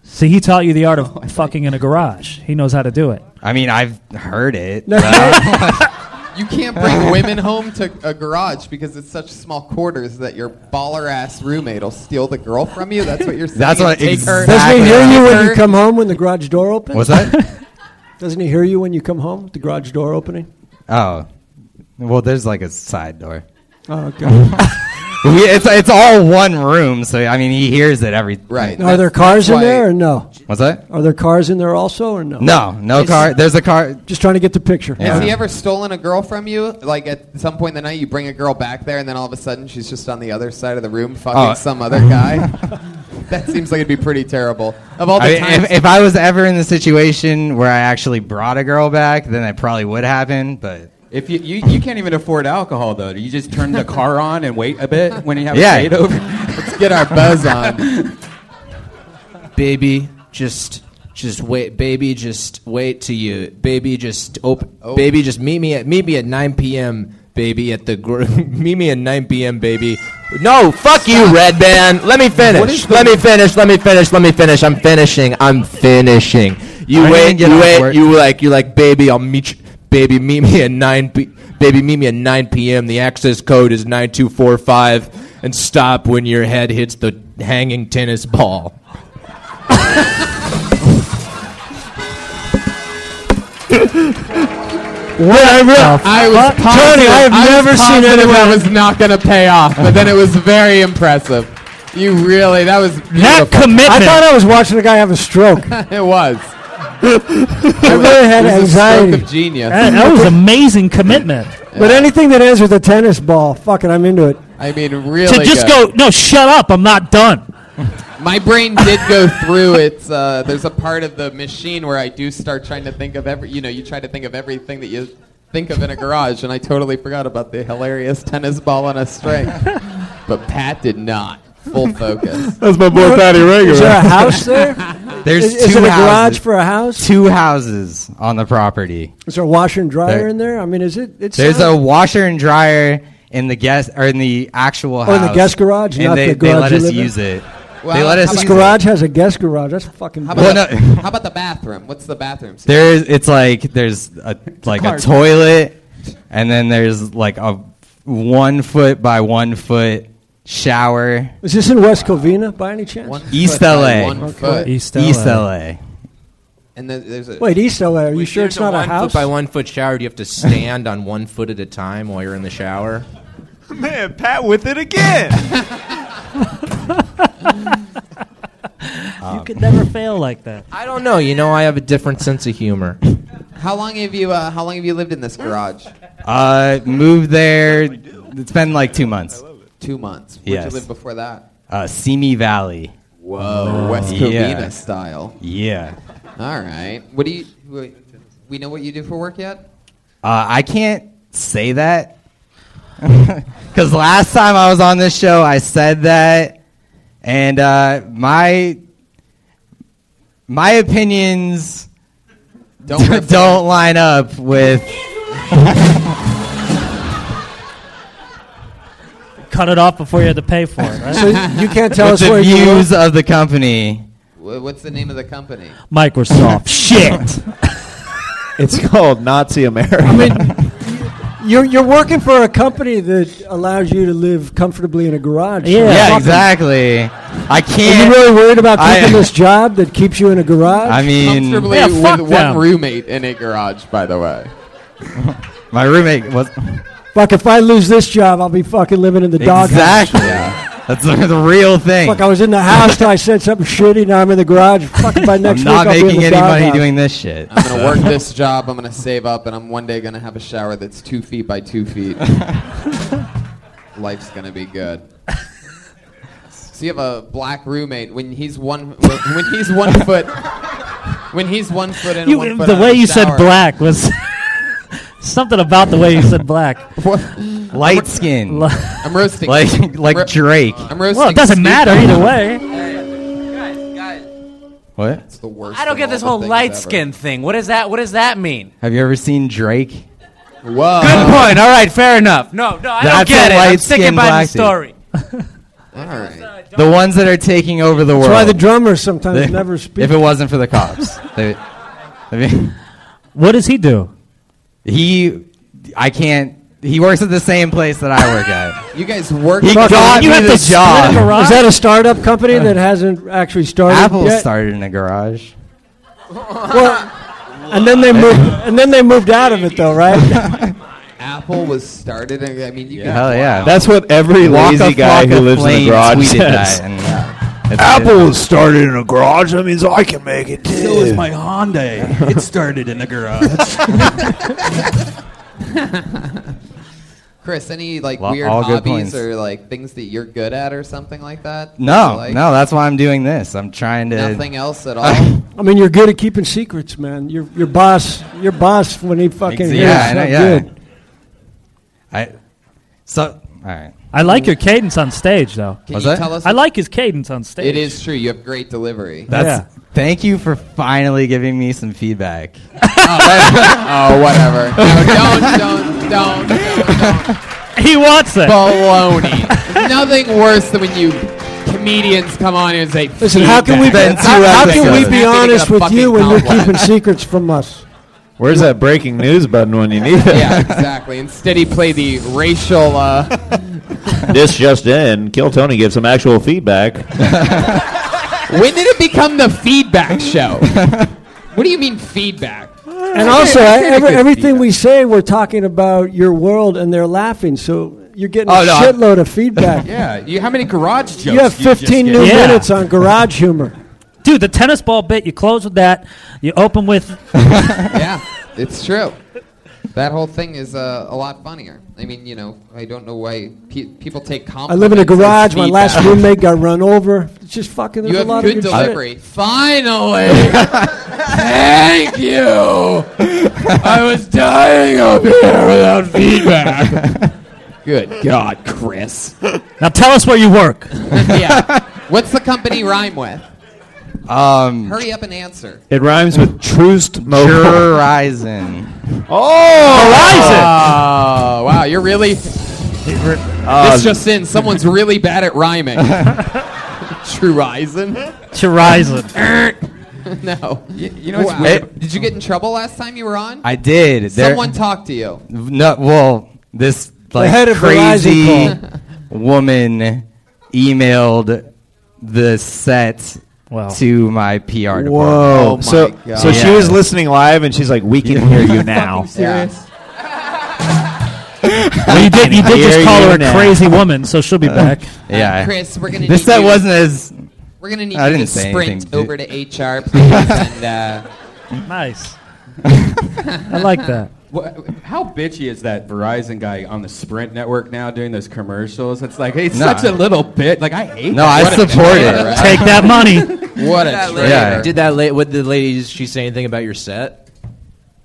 See, he taught you the art of fucking in a garage. He knows how to do it. I mean, I've heard it. No, but- You can't bring women home to a garage because it's such small quarters that your baller ass roommate will steal the girl from you. That's what you're saying. That's what- Take her- Doesn't he hear you when you Her- come home when the garage door opens? What's that? Doesn't he hear you when you come home with the garage door opening? oh, well, there's like a side door. Oh, God. We, it's it's all one room, so I mean, he hears it every right. Are there cars in there or no? What's that? Are there cars in there also or no? No, no Is- car. There's a car. Just trying to get the picture. Has he ever stolen a girl from you? Like at some point in the night, you bring a girl back there, and then all of a sudden she's just on the other side of the room fucking Oh. some other guy. that seems like it'd be pretty terrible. Of all the I mean, times, if, if I was ever in the situation where I actually brought a girl back, then it probably would happen. But if you, you you can't even afford alcohol though, do you just turn the car on and wait a bit when you have Yeah. a date over? Let's get our buzz on. baby, just just wait, baby, just wait till you, baby, just op- Oh. baby, just meet me at meet me at 9 p.m. Baby, at the gr- meet me at 9 p.m. Baby, no, fuck you, Red Band. Let me What finish. is the- Let me finish. Let me finish. Let me finish. I'm finishing. I'm finishing. You I didn't wait. get You off wait. work. You like. You like. Baby, I'll meet you. Baby, meet me at 9 p- Baby, meet me at 9 p.m. The access code is 9245 and stop when your head hits the hanging tennis ball. I was positive- Tony, I have was never seen positive anyone- That was not going to pay off, but then it was very impressive. You really, that was That beautiful. commitment. I thought I was watching a guy have a stroke. it was. I really had it was A anxiety. stroke of genius. that, that was amazing commitment. But anything that ends with a tennis ball, fucking, I'm into it. I mean, really. to just good. go, no, shut up. I'm not done. My brain did go through its. Uh, there's a part of the machine where I do start trying to think of every. You know, you try to think of everything that you think of in a garage, and I totally forgot about the hilarious tennis ball on a string. but Pat did not. Full focus. That's my boy Patty Is there a Regular. house there? there's is, two is it a garage houses. for a house? two houses on the property. Is there a washer and dryer There- in there? I mean, is it? It's There's a washer and dryer in the guest or in the actual Oh, house. in the guest garage, and not they, the they garage let you us live in? use it. Well, they let how about us use This the it. garage has a guest garage. That's fucking. How Well, about, the, no. how about the bathroom? What's the bathroom? There is. It's like there's a like a Clark. toilet, and then there's like a one foot by one foot shower. Is this in West Covina by any chance? One East foot by LA. One Okay. foot. East LA. East LA. And then there's a. Wait, East LA. Are you sure it's not a one house? Foot by one foot shower, do you have to stand on one foot at a time while you're in the shower? Man, Pat with it again. you could never fail like that. I don't know. You know, I have a different sense of humor. How long have you? Uh, how long have you lived in this garage? Uh, moved there. It's been like two months. Two months. Where'd Yes. you live before that? Uh, Simi Valley. Whoa, West Covina Yeah. style. Yeah. All right. What do you? wait, We know what you do for work yet? Uh, I can't say that because last time I was on this show, I said that, and uh, my my opinions Don't don't, represent- line up with. Cut it off before you had to pay for it, right? so you can't tell with us the where you views live. of the company. Wh- What's the name of the company? Microsoft. Shit. It's called Nazi America. I mean, You're, you're working for a company that allows you to live comfortably in a garage. so yeah, fucking- exactly. I Are can't. you really worried about I- keeping this job that keeps you in a garage? I mean- Comfortably Yeah, with fuck one them. roommate in a garage, by the way. My roommate was Fuck, if I lose this job, I'll be fucking living in the doghouse. exactly. That's the, the real thing. Fuck, I was in the house till I said something shitty. Now I'm in the garage. Fucking by next I'm not week, I'll be in making the any money doghouse. doing this shit. I'm gonna so. work this job. I'm gonna save up, and I'm one day gonna have a shower that's two feet by two feet. Life's gonna be good. So you have a black roommate when he's one when when he's one foot when he's one foot in. and You, one foot the out way of you said shower. black was something about the way you said black. Light skin. I'm roasting. Like like Ro- Drake. I'm roasting. Well, it doesn't Snoop matter Dogg. either way. What? It's the worst. I don't of get all this the whole things light ever. skin thing. What is that? What does that mean? Have you ever seen Drake? Whoa. Good point. All right, fair enough. No, no, I don't That's get a it. I'm light sticking skin by the black dude. story. All right. The ones that are taking over the That's world. why the drummers sometimes They- never speak. If it wasn't for the cops, they, I mean, What does he do? he, I can't. He works at the same place that I work at. You guys work. He fucking- got me the job. Is that a startup company that hasn't actually started Apple yet? started in a garage. Well, and then they moved. And then they moved out of it, though, right? Apple was started. in- I mean, you guys. Hell yeah. That's what every Waka lazy guy who Flocka lives in Flame a garage tweeted says. that, and, uh, it's- Apple started in a garage. That means I can make it too. So is my Hyundai. It started in a garage. Chris, any like Well, weird all good hobbies points. or like things that you're good at or something like that? No, Like, no, that's why I'm doing this. I'm trying to. Nothing else at all. I mean, you're good at keeping secrets, man. Your your boss, your boss, when he fucking Ex- hears yeah, I know, something yeah. good. I, so, all right. I like your cadence on stage, though. Can Was you that? tell us- I like his cadence on stage. it is true. You have great delivery. That's. Thank you for finally giving me some feedback. oh, whatever. No, don't, don't, don't, don't, don't. He wants it. Baloney. Nothing worse than when you comedians come on here and say, Listen, how can we be, "Feedback." how, how can we Happy to be get a honest with fucking you when you're compliment. keeping secrets from us? Where's that breaking news button when you need it? Yeah, exactly. Instead, he played the racial. Uh, this just in: Kill Tony gives some actual feedback. when did it become the feedback show? what do you mean feedback? And also, every, everything we say, we're talking about your world, and they're laughing. So you're getting Oh, a no, I- shitload of feedback. Yeah. You, how many garage jokes? You have do you just 15 get? new Yeah. minutes on garage humor. Dude, the tennis ball bit, you close with that, you open with. yeah, it's true. That whole thing is uh, a lot funnier. I mean, you know, I don't know why pe- people take I compliments. live in a as garage. My last feedback. roommate got run over. It's just fucking. There's You a have lot good of good delivery. Shit. Finally! Thank you! I was dying up here without feedback. Good God, Chris. Now tell us where you work. yeah. What's the company rhyme with? Um, Hurry up and answer. It rhymes with Troost Mobile. Horizon. Oh, Oh, wow, you're really. Uh, this just in, someone's really bad at rhyming. True Rising? Horizon. no. You, know what's weird? Did you get in trouble last time you were on? I did. There- Someone talked to you. No, well, this like head of crazy Verizon woman emailed the set Wow. to my PR department. Whoa! Oh my so, God. so she Yeah. was listening live, and she's like, "We can hear you now." Serious? well, you did, you did Here just call you her a now. crazy woman, so she'll be back. Yeah, Chris, we're gonna This need set you- wasn't as We're going to need I you to didn't say sprint anything, dude. over to HR, please. and, uh, nice. I like that. Wha- How bitchy is that Verizon guy on the Sprint network now doing those commercials? It's like, hey, it's No. such a little bit. Like, I hate no. that. I What a support traitor, it. right? Take that money. what a traitor. Yeah. Did that? La- what did the lady? Did she say anything about your set?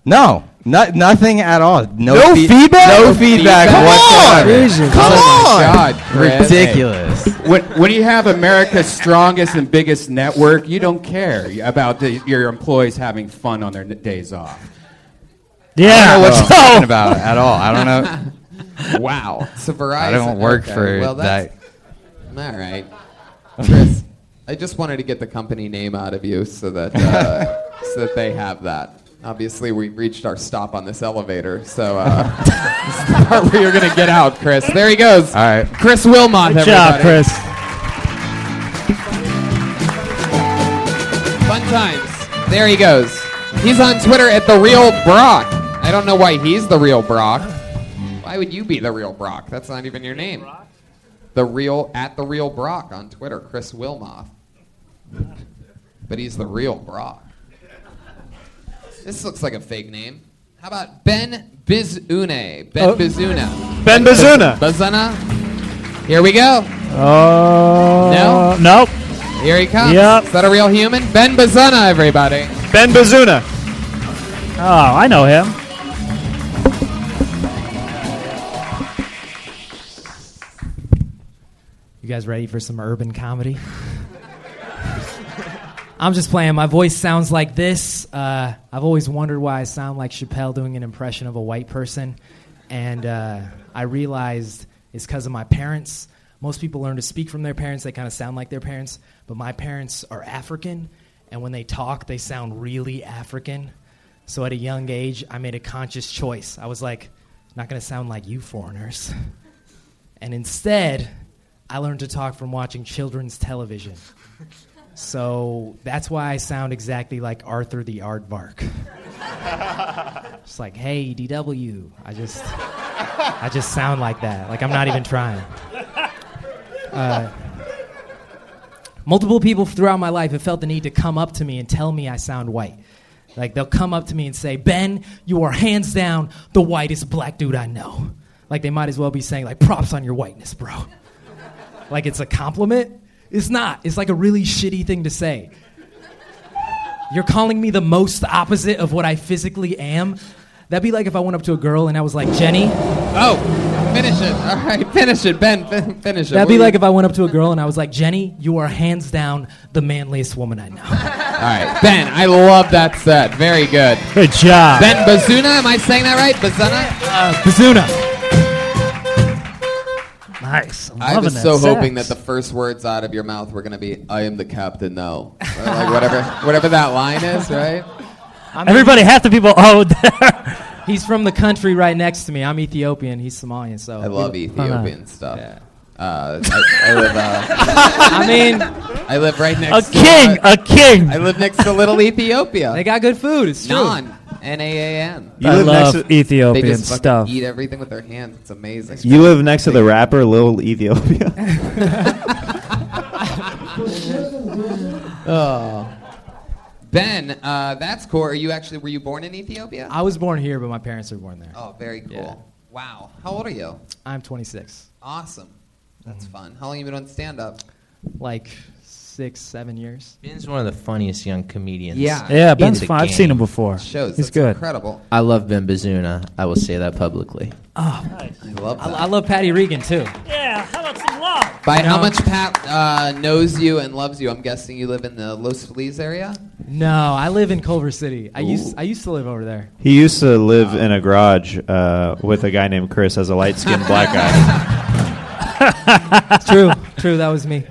No, not nothing at all. No, No fee- feedback? No No feedback feedback. whatsoever. Jesus. Come Oh on! my God, Chris. Ridiculous. When, when you have America's strongest and biggest network, you don't care about the, your employees having fun on their n- days off. Yeah. Oh. I don't know what you're So- talking about at all. I don't know. Wow. So Verizon. I don't work okay. for well, that's, that. All right, Chris. I just wanted to get the company name out of you so that uh, so that they have that. Obviously, we reached our stop on this elevator, so uh, this is the part where you're gonna get out, Chris. There he goes. All right, Chris Wilmot. Good job, everybody. Chris. Fun times. There he goes. He's on Twitter at the real Brock. I don't know why he's the real Brock. Why would you be the real Brock? That's not even your name. The real at the real Brock on Twitter, Chris Wilmoth. But he's the real Brock. This looks like a fake name. How about Ben Bizune? Ben Oh. Bizuna. Ben Bizuna. Bizuna. Here we go. Oh. No? Nope. Here he comes. Yep. Is that a real human? Ben Bazuna, everybody. Ben Bazuna. Oh, I know him. You guys ready for some urban comedy? I'm just playing. My voice sounds like this. Uh, I've always wondered why I sound like Chappelle doing an impression of a white person. And uh, I realized it's because of my parents. Most people learn to speak from their parents, they kind of sound like their parents. But my parents are African, and when they talk, they sound really African. So at a young age, I made a conscious choice. I was like, not going to sound like you foreigners. And instead, I learned to talk from watching children's television. So that's why I sound exactly like Arthur the Aardvark. It's like, hey, DW. I just, I just sound like that. Like I'm not even trying. Uh, multiple people throughout my life have felt the need to come up to me and tell me I sound white. Like they'll come up to me and say, Ben, you are hands down the whitest black dude I know. Like they might as well be saying, like, props on your whiteness, bro. like it's a compliment. It's not. It's like a really shitty thing to say. You're calling me the most opposite of what I physically am. That'd be like if I went up to a girl and I was like, Jenny. Oh, finish it. All right, finish it, Ben. Fin- finish it. That'd What be were like you- if I went up to a girl and I was like, Jenny, you are hands down the manliest woman I know. All right, Ben. I love that set. Very good. Good job. Ben Bazuna. Am I saying that right? Bazuna. Uh, Bazuna. Nice. I'm I loving was that so sax. hoping that the first words out of your mouth were going to be "I am the captain now," or like whatever, whatever that line is, right? Everybody, half the people. Oh, He's from the country right next to me. I'm Ethiopian. He's Somalian. So I love Ethiopian stuff. Uh, I, I live. Uh, I mean, I live right next. A to, king, uh, a king. I live next to Little Ethiopia. They got good food. It's true. Non. N a a n. You I live next love to- Ethiopian They just fucking stuff. Eat everything with their hands. It's amazing. You live next to the rapper Lil Ethiopia. oh. Ben, uh, that's cool. Are you actually were you born in Ethiopia? I was born here, but my parents were born there. Oh, very cool. Wow. How old are you? I'm 26. Awesome. Mm-hmm. That's fun. How long you been on stand up? Like six, seven years. Ben's one of the funniest young comedians. Yeah. Yeah, in Ben's the fun. I've game. seen him before. Shows. He's That's good. incredible. I love Ben Bazuna. I will say that publicly. Oh, I love I, love Patty Regan too. Yeah, how about some love? By You how know- much Pat uh, knows you and loves you? I'm guessing you live in the Los Feliz area. No, I live in Culver City. I used I used to live over there. He used to live in a garage uh, with a guy named Chris as a light skinned black guy. true, true. That was me.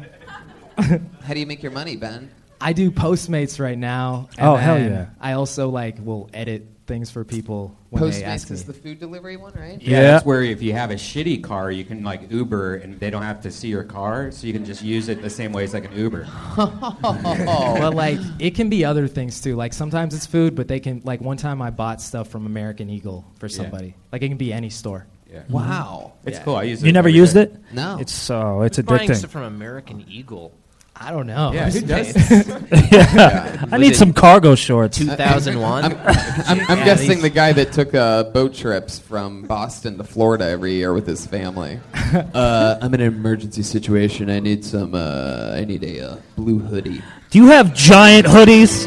How do you make your money, Ben? I do Postmates right now. Oh, hell then yeah. I also like will edit things for people when they ask Postmates me. is the food delivery one, right? Yeah, that's where if you have a shitty car, you can like Uber, and they don't have to see your car, so you can just use it the same way as like an Uber. Oh. but like it can be other things too. Like sometimes it's food, but they can like one time I bought stuff from American Eagle for Yeah. somebody. Like it can be any store. Yeah. Wow. It's cool. I use You it never every used day. it? No. It's so it's Buying addicting. stuff from American Eagle. I Oh, don't know. Yeah, who does? yeah. I need some cargo shorts. 2001? I'm, I'm, I'm Yeah, guessing these- the guy that took uh, boat trips from Boston to Florida every year with his family. uh, I'm in an emergency situation. I need some. Uh, I need a uh, blue hoodie. Do you have giant hoodies?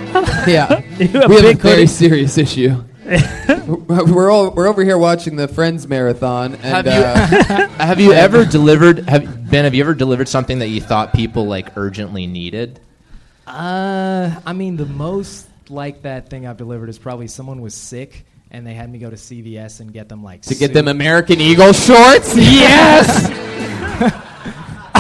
Yeah, Do you have we have a big very hoodies? serious issue. we're all, we're over here watching the Friends marathon, Have and you, uh, have you ever delivered? Have, ben, have you ever delivered something that you thought people like urgently needed? Uh, I mean, the most like that thing I've delivered is probably someone was sick and they had me go to CVS and get them like to get soup. them American Eagle shorts? Yes. Nah,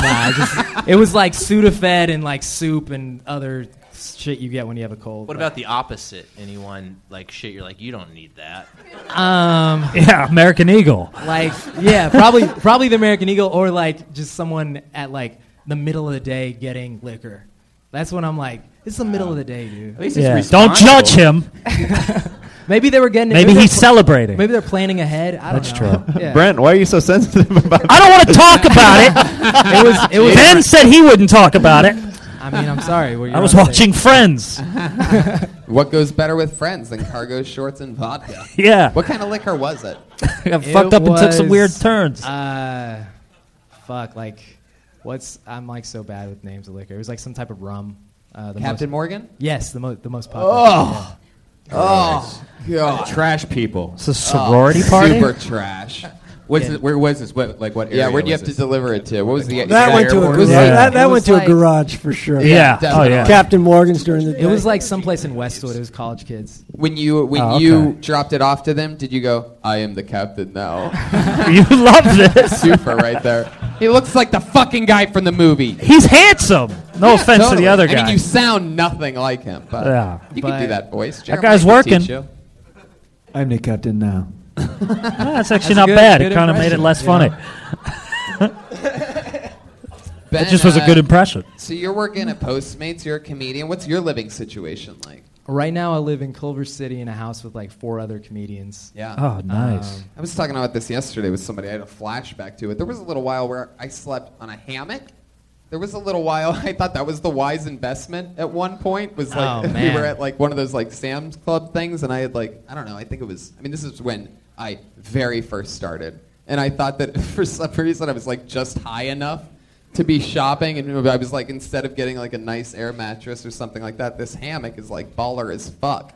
I just- it was like Sudafed and like soup and other shit you get when you have a cold. What but- about the opposite? Anyone like shit? You're like, you don't need that. Um, Yeah, American Eagle. Like, yeah, probably probably the American Eagle, or like just someone at like the middle of the day getting liquor. That's when I'm like, it's the middle of the day, dude. At least it's Yeah. Don't judge him. maybe they were getting. Maybe they're he's pl- celebrating. Maybe they're planning ahead. I don't That's know. true. Yeah. Brent, why are you so sensitive about I don't want to talk about it. It was- it was- ben said he wouldn't talk about it. I mean, I'm sorry. Well, I you're was on the- watching Friends. what goes better with friends than cargo shorts and vodka? Yeah. What kind of liquor was it? I fucked It up and took some weird was, turns. Uh, fuck, like, what's I'm like so bad with names of liquor. It was like some type of rum. Uh, the Captain most- Morgan? Yes, the most the most popular. Oh. yeah. Oh, God. Trash people. It's a sorority Oh, party? Super trash. What's Yeah. it- where was this? What, like what? Yeah, area where'd you was have to this? deliver it to? What was the That went to a airport? garage. That, that went to a garage for sure. Yeah, Yeah. oh, yeah. Captain Morgan's during the day. It was like someplace in Westwood. It was college kids. When you when Oh, okay. you dropped it off to them, did you go? I am the captain now. you love this. Super right there. He looks like the fucking guy from the movie. He's handsome. No offense to the Totally. other I guy. mean, you sound nothing like him, but Yeah. you But- can do that voice. That Jeremy guy's can teach working. you. I'm the captain now. Ah, that's That's a actually not good- bad. It good kind of made it impression, less you funny. know? Ben, that just was a uh, good impression. So you're working at Postmates. You're a comedian. What's your living situation like? Right now, I live in Culver City in a house with like four other comedians. Um, Yeah. Oh, nice. Um, I was talking about this yesterday with somebody. I had a flashback to it. There was a little while where I slept on a hammock. There was a little while I thought that was the wise investment. At one point, was like Oh, we man. were at like one of those like Sam's Club things, and I had like I don't know. I think it was. I mean, this is when I very first started, and I thought that for some reason I was like just high enough to be shopping, and I was like instead of getting like a nice air mattress or something like that, this hammock is like baller as fuck.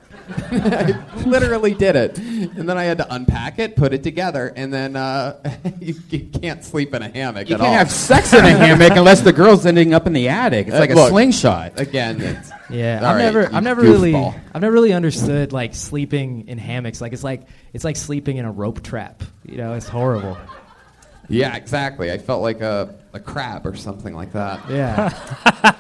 I literally did it. And then I had to unpack it, put it together, and then uh, you, you can't sleep in a hammock You at can't all. have sex in a hammock unless the girl's ending up in the attic. It's Uh, like a look, slingshot. Again, it's, Yeah, all I've right, never, you I've never really, goofball. I've never really understood like sleeping in hammocks. Like it's like it's like sleeping in a rope trap. You know, it's horrible. Yeah, exactly. I felt like a, a crab or something like that. Yeah.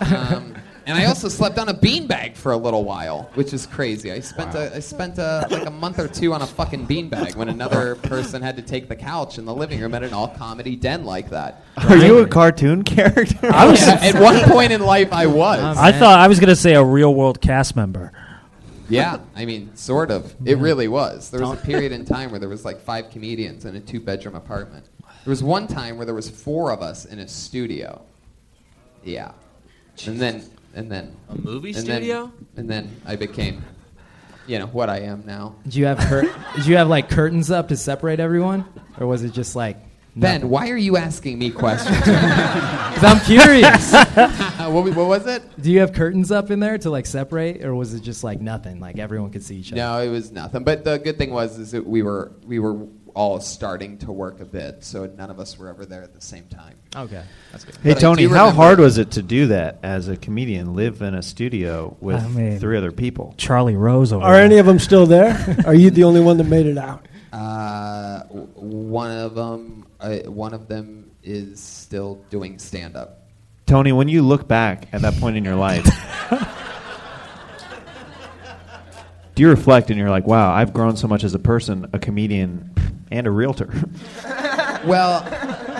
um, and I also slept on a beanbag for a little while, which is crazy. I spent a, I spent a, like a month or two on a fucking beanbag when another person had to take the couch in the living room at an all comedy den like that. Are you a cartoon character? I was Oh, at one point in life I was. I thought I was going to say a real world cast member. Yeah, I mean, sort of. It really was. There was a period in time where there was like five comedians in a two-bedroom apartment. There was one time where there was four of us in a studio. Yeah, and then and then a movie studio? and then I became, you know, what I am now. Did you have cur- did you have like curtains up to separate everyone, or was it just like Ben, why are you asking me questions? Because I'm curious. what, wa- what was it? Do you have curtains up in there to like separate, or was it just like nothing? Like everyone could see each other. No, it was nothing. But the good thing was is that we were we were all starting to work a bit, so none of us were ever there at the same time. Okay, that's good. Hey But I Tony, do how remember- hard was it to do that as a comedian? Live in a studio with I mean, three other people. Charlie Rose over Are any of them still there? Are you the only one that made it out? Uh, w- one of them, uh, one of them is still doing stand up. Tony, when you look back at that point in your life, do you reflect and you're like, "Wow, I've grown so much as a person, a comedian, and a realtor." Well,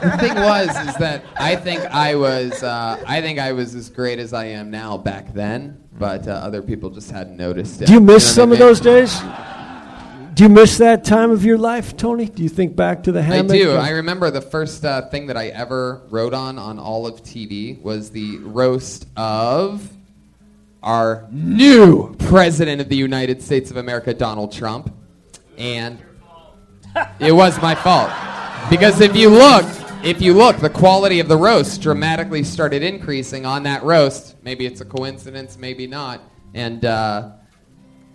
the thing was is that I think I was, uh, I think I was as great as I am now back then, but uh, other people just hadn't noticed it. Do you miss know some what of I mean? those days? Do you miss that time of your life, Tony? Do you think back to the I hammock? do. and- I remember the first uh, thing that I ever wrote on on all of TV was the roast of our new president of the United States of America, Donald Trump, and it was my fault because if you look, if you look, the quality of the roast dramatically started increasing on that roast. Maybe it's a coincidence, maybe not, and uh,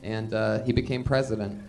and uh, he became president.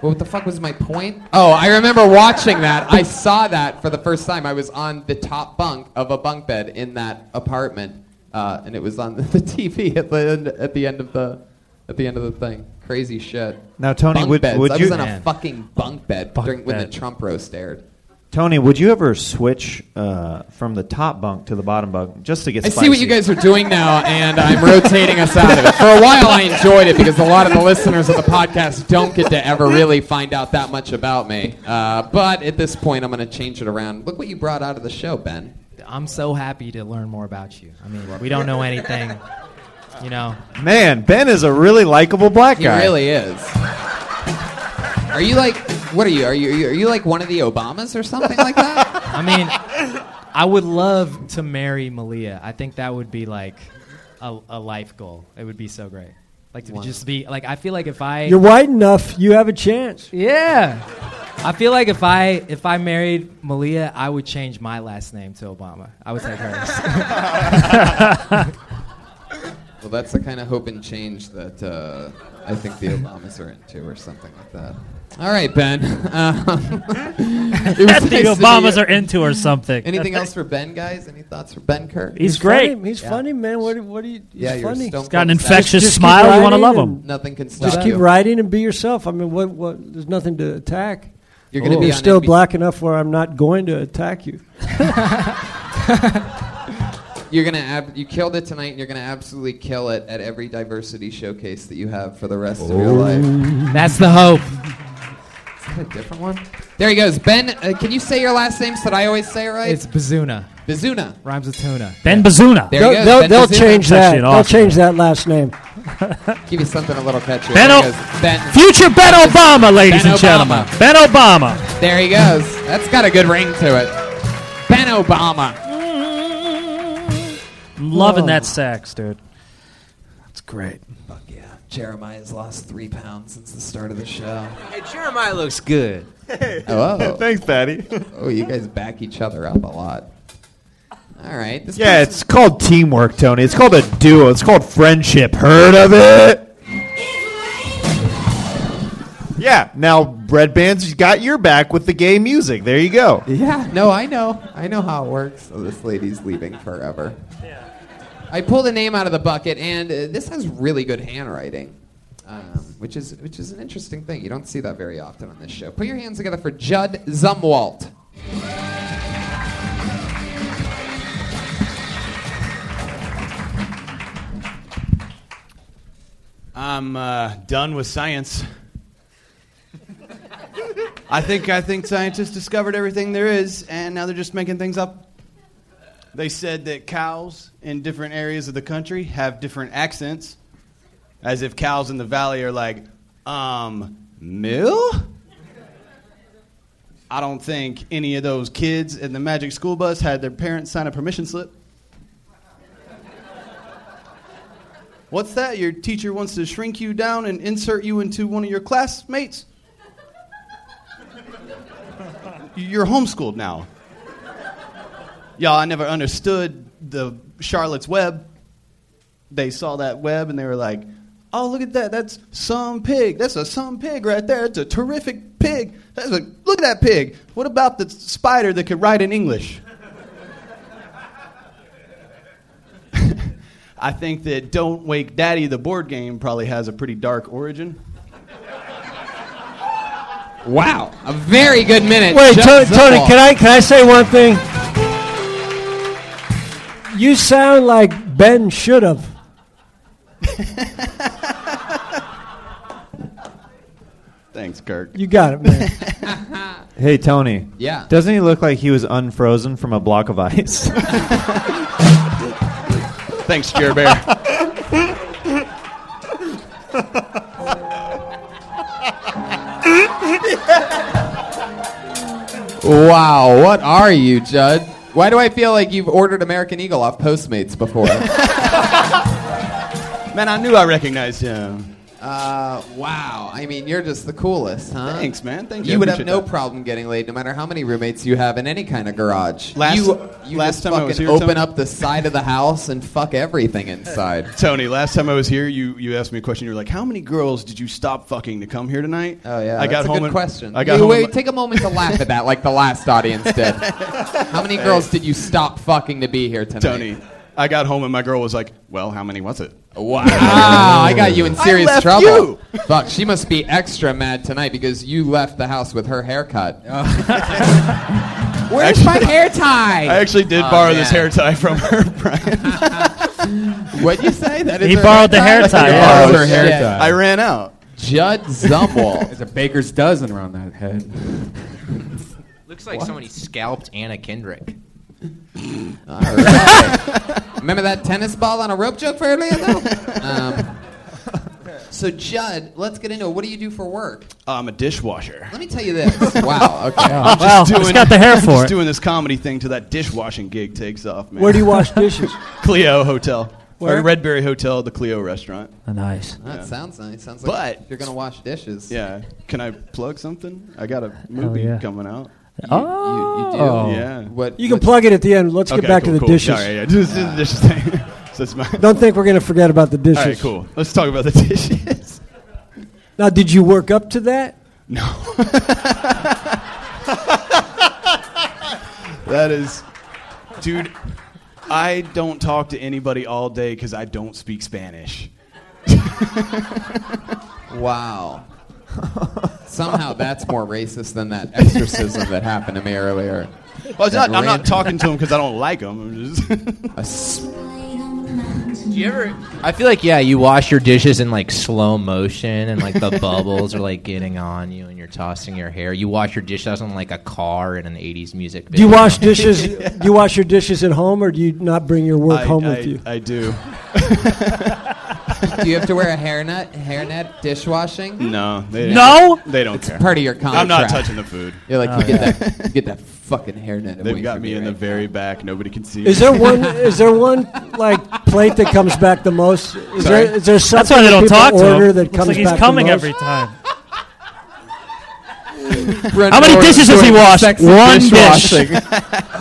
What the fuck was my point? Oh, I remember watching that. I saw that for the first time. I was on the top bunk of a bunk bed in that apartment, uh, and it was on the TV at the end, at the end of the at the end of the thing. Crazy shit. Now, Tony, bunk would- beds. would I you- was on a Man. fucking bunk bed Bunk during, when the bed. Trump roast aired. Tony, would you ever switch uh, from the top bunk to the bottom bunk just to get? I spicy? see what you guys are doing now, and I'm rotating us out of it. For a while, I enjoyed it because a lot of the listeners of the podcast don't get to ever really find out that much about me. Uh, but at this point, I'm going to change it around. Look what you brought out of the show, Ben. I'm so happy to learn more about you. I mean, we don't know anything. You know, Man, Ben is a really likable black He guy. really is. Are you like? What are you? Are you? Are you, are you like one of the Obamas or something like that? I mean, I would love to marry Malia. I think that would be like a, a life goal. It would be so great. Like to Wow. just be like, I feel like if I You're white enough. You have a chance. Yeah. I feel like if I if I married Malia, I would change my last name to Obama. I would take hers. Well, that's the kind of hope and change that uh, I think the Obamas are into, or something like that. All right, Ben. Um, That it was the nice to meet Obamas you. are into or something. Anything else for Ben, guys? Any thoughts for Ben Kirk? He's great. Funny. He's Yeah. funny, man. What? What do you? He's Yeah, you're funny. stone He's got an cold infectious savage. smile. keep You wanna writing love and- him. Nothing can Just stop keep you. writing and be yourself. I mean, what? What? There's nothing to attack. Oh. You're gonna be You're on still NBC. black enough where I'm not going to attack you. You're gonna ab- you killed it tonight, and you're gonna absolutely kill it at every diversity showcase that you have for the rest of Oh. your life. That's the hope. Is that a different one? There he goes, Ben. Uh, can you say your last name so that I always say it right? It's Bazuna. Bazuna. Rhymes with tuna. Ben Bazuna. There they'll, he goes. they'll, Ben they'll Bazuna. change that. They'll change that last name. Give you something a little catchier. Ben, There o- he goes. ben. future Ben Obama, ladies Ben and gentlemen. Ben Obama. There he goes. That's got a good ring to it. Ben Obama. I'm Mm-hmm. loving Whoa. that sax, dude. That's great. Fuck yeah. Jeremiah's lost three pounds since the start of the show. Hey, Jeremiah looks good. Oh. Thanks, Patty. Oh, you guys back each other up a lot. All right. This Yeah, person- it's called teamwork, Tony. It's called a duo. It's called friendship. Heard of it? Yeah. Now, Red Band's got your back with the gay music. There you go. Yeah, no, I know. I know how it works. Oh, this lady's leaving forever. I pulled a name out of the bucket, and uh, this has really good handwriting, um, which is which is an interesting thing. You don't see that very often on this show. Put your hands together for Judd Zumwalt. I'm uh, done with science. I think I think scientists discovered everything there is, and now they're just making things up. They said that cows in different areas of the country have different accents, as if cows in the valley are like, um, mill. I don't think any of those kids in the magic school bus had their parents sign a permission slip. What's that? Your teacher wants to shrink you down and insert you into one of your classmates? You're homeschooled now. Y'all, I never understood the Charlotte's Web. They saw that web and they were like, oh, look at that. That's some pig. That's a some pig right there. It's a terrific pig. That's a, look at that pig. What about the spider that could write in English? I think that Don't Wake Daddy, the board game, probably has a pretty dark origin. Wow, a very good minute. Wait, Judd Tony, Tony, Zumwalt. can I can I say one thing? You sound like Ben should have. Thanks, Kirk. You got it, man. Hey, Tony. Yeah. Doesn't he look like he was unfrozen from a block of ice? Thanks, Jer Bear. Wow, what are you, Judd? Why do I feel like you've ordered American Eagle off Postmates before? Man, I knew I recognized him. Uh, wow. I mean, you're just the coolest, huh? Thanks, man. Thank you. You would have Appreciate no that. problem getting laid, no matter how many roommates you have in any kind of garage. Last- you, you last just time I fucking was here, open Tony- up the side of the house and fuck everything inside. Tony, last time I was here, you, you asked me a question. You were like, "How many girls did you stop fucking to come here tonight?" Oh yeah, I got That's a home. good and- question. I got Wait, home. wait, take a moment to laugh at that, like the last audience did. How many girls did you stop fucking to be here tonight? Tony, I got home and my girl was like, "Well, how many was it?" Wow, I got you in serious left trouble. you. Fuck, she must be extra mad tonight because you left the house with her haircut. Where's my hair tie? I actually did Oh, borrow man. this hair tie from her, Brian. What'd you say? That is He her borrowed the hair tie, He yeah. borrowed Oh, her hair shit. tie. I ran out. Judd Zumwalt. There's a baker's dozen around that head. Looks like somebody scalped Anna Kendrick. All right. Remember that tennis ball on a rope joke for earlier, though? um, so, Judd, let's get into it. What do you do for work? I'm a dishwasher. Let me tell you this. Wow, okay. I'm just doing- I'm it. Just doing this comedy thing till that dishwashing gig takes off, man. Where do you wash dishes? Clio Hotel. Where? Or Redberry Hotel, the Clio restaurant. Nice. That Yeah. sounds nice. Sounds like But- you're going to wash dishes. Yeah. Can I plug something? I got a movie yeah. coming out. Oh. you do? Yeah. What? You can plug it at the end. Let's Okay, get back cool, to the cool. dishes. All right, yeah. This is the dishes thing. so it's my. Don't think we're going to forget about the dishes. All right, cool. Let's talk about the dishes. Now, did you work up to that? That is, dude. I don't talk to anybody all day because I don't speak Spanish. Wow. Somehow that's more racist than that exorcism that happened to me earlier. Well, it's That not, I'm ran- not talking to them because I don't like them. I'm just Do you ever? I feel like yeah, you wash your dishes in like slow motion, and like the bubbles are like getting on you, and you're tossing your hair. You wash your dishes on like a car in an '80s music. Do you Video. wash dishes? Do you wash your dishes at home, or do you not bring your work I, home I, with you? I do. Do you have to wear a hairnet? Hairnet dishwashing? No, they don't- No? they don't It's care. part of your contract. I'm not touching the food. You're like, Oh, you get yeah. that, you get that fucking hairnet. away They've got from me you in right the very back. Nobody can see. Is there one? Is there one like plate that comes back the most? Is Sorry? there? Is there That's why something they don't people talk to order him. that Looks comes like he's back coming the most? every time. Brent How many Norton's dishes has he doing washed? sexy One dish. dishwashing.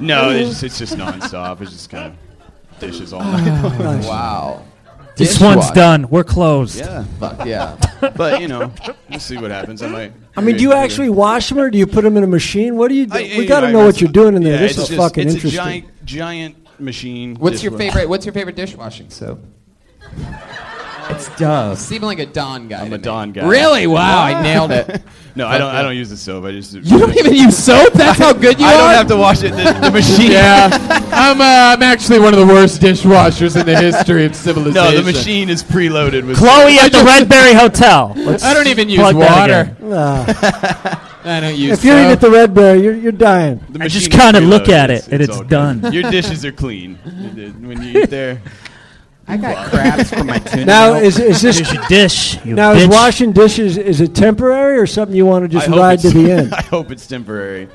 No, it's, it's just nonstop. It's just kind of dishes all night. long. wow. Oh, This Dish one's wash. done. We're closed. Yeah. Fuck yeah. But you know, we'll see what happens. I might. I mean, do you actually wash them, or do you put them in a machine? What do you? Do? we got to know what you're doing in there. this is fucking it's interesting. a giant, giant machine. What's your dishwasher. favorite? What's your favorite dishwashing soap? It's Uh, You seem like a Don guy. I'm to a me. Dawn guy. Really? Wow, I nailed it. no, I don't. I don't use the soap. I just. You don't even use soap? That's how good you I are. don't have to wash it. The, the machine. yeah, I'm. Uh, I'm actually one of the worst dishwashers in the history of civilization. No, the machine is preloaded with. Chloe at the Redberry Hotel. Let's I don't even use plug that water. again. I don't use. if you're eating soap. at the Red Bear, you're, you're dying. The I just machine is kinda look preloaded. at it, and it's all good. done. Your dishes are clean. When you eat there, I got crabs for my tuna. Now is is this Here's your dish? You now is bitch. washing dishes is it temporary or something you want to just I hope ride to it's- the end? I hope it's temporary.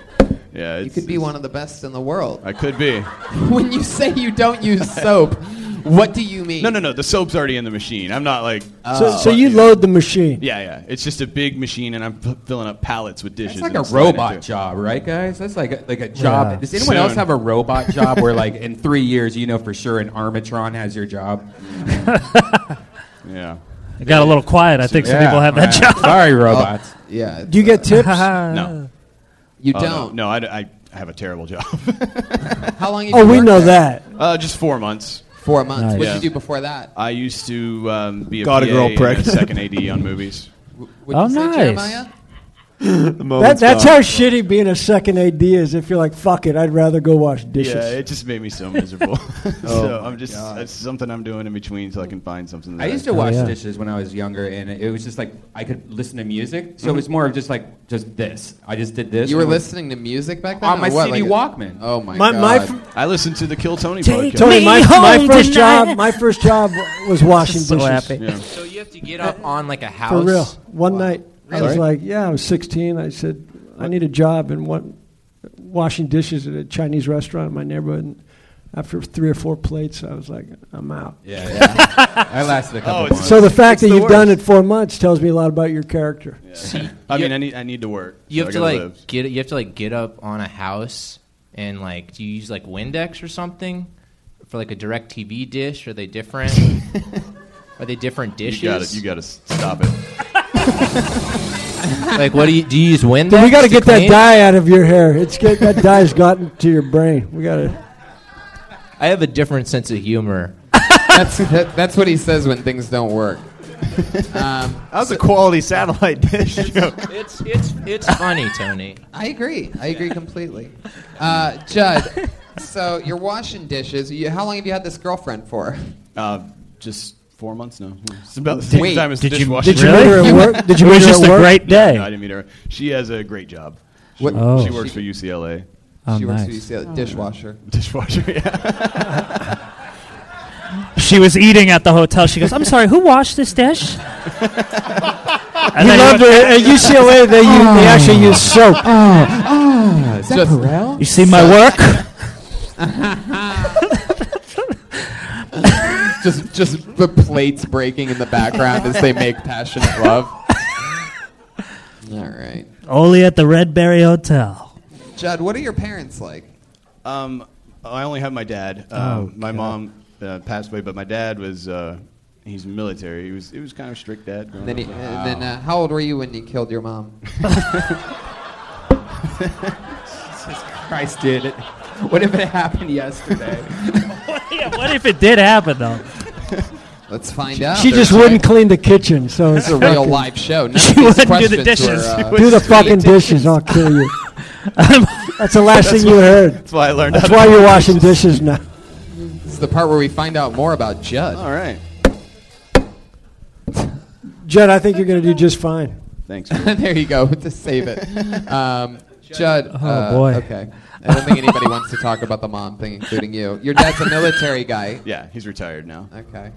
Yeah, you it's, could be one of the best in the world. I could be. when you say you don't use soap, what do you mean? No, no, no. The soap's already in the machine. I'm not like. uh, So, Oh, so you load the machine. Yeah, yeah. It's just a big machine, and I'm p- filling up pallets with dishes. It's like and a I'm sliding robot through. job, right, guys? That's like a, like a job. Yeah. Does anyone else Soon. have a robot job where, like, in three years, you know for sure an Armatron has your job? yeah. It got a little quiet. I think some people have that job. Oh, Sorry, robots. Oh, yeah. Do you get tips? No. You Oh, don't. No, no I, d- I have a terrible job. How long? have Oh, you we worked know there? that. uh, just four months. Four months. Nice. What'd Yeah. you do before that? I used to um, be a Got a PA girl and pregnant. second AD on movies. What'd Oh, you say, nice. Jeremiah? That, that's how shitty being a second AD is. If you're like, fuck it, I'd rather go wash dishes. Yeah, it just made me so miserable. Oh, so I'm just that's something I'm doing in between so I can find something. That I used to Oh, wash dishes. dishes when I was younger, and it was just like I could listen to music. So it was more of just like just this. I just did this. You were and it was- listening to music back then. on my or what, CD like a- Walkman. Oh my, My- god. my fr- I listened to the Kill Tony podcast. Tony, my, my first job, my first job was washing So dishes. happy. Yeah. So you have to get up on like a house. For real, one night I was Really? like, yeah, I was 16. I said, I need a job and one washing dishes at a Chinese restaurant in my neighborhood. And after three or four plates, I was like, I'm out. Yeah, yeah. I lasted a couple Oh, it's- months. So the fact that It's the you've done it worst. four months tells me a lot about your character. I mean, I need I need to work. You so have I to gotta like live. get you have to like get up on a house and like do you use like Windex or something for like a direct TV dish? Are they different? Are they different dishes? You got it. You got to stop it. like what do you do? You use Windex? Dude, we got to get that clean? dye out of your hair. It's get, that dye's gotten to your brain. We got to. I have a different sense of humor. that's that, that's what he says when things don't work. Um, That was a quality satellite dish. it's it's it's funny, Tony. I agree. I agree completely. Uh, Judd, so you're washing dishes. You, how long have you had this girlfriend for? Uh, just four months now. It's about the same Wait, time as the did you- dishwasher. did you Really? meet her at work? Did you It was meet her at work? No, I didn't meet her. She has a great job. She, What- she Oh. works for UCLA. Oh, she works nice. for UCLA. Dishwasher. Dishwasher. Yeah. She was eating at the hotel. She goes, "I'm sorry, who washed this dish?" you then he loved went- it. At UCLA, they, u- they actually use soap. Oh, oh, is that Just- Pharrell? You see my work? just just the plates breaking in the background as they make passionate love. All right, Only at the Red Berry Hotel. Judd, what are your parents like? Um, I only have my dad. Oh, Um, my mom uh, passed away, but my dad was uh, he's military. He was he was kind of a strict dad. growing Then, he, up. and then uh, how old were you when you killed your mom? Christ did it. What if it happened yesterday? What if it did happen though? Let's find out. She just Oh, There's wouldn't clean the kitchen, so This it's is a real live show. None She of these wouldn't do the questions dishes. Were, uh, Do the fucking dishes, I'll kill you. that's the last That's thing you why- heard. that's why I learned That's how to why do you're dishes. washing dishes now. It's the part where we find out more about Judd. All right. Judd, I think you're going to do just fine. Thanks. there you go. To save it, um, Judd. Oh, uh, boy. Okay. I don't think anybody wants to talk about the mom thing, including you. Your dad's a military guy. Yeah, he's retired now. Okay.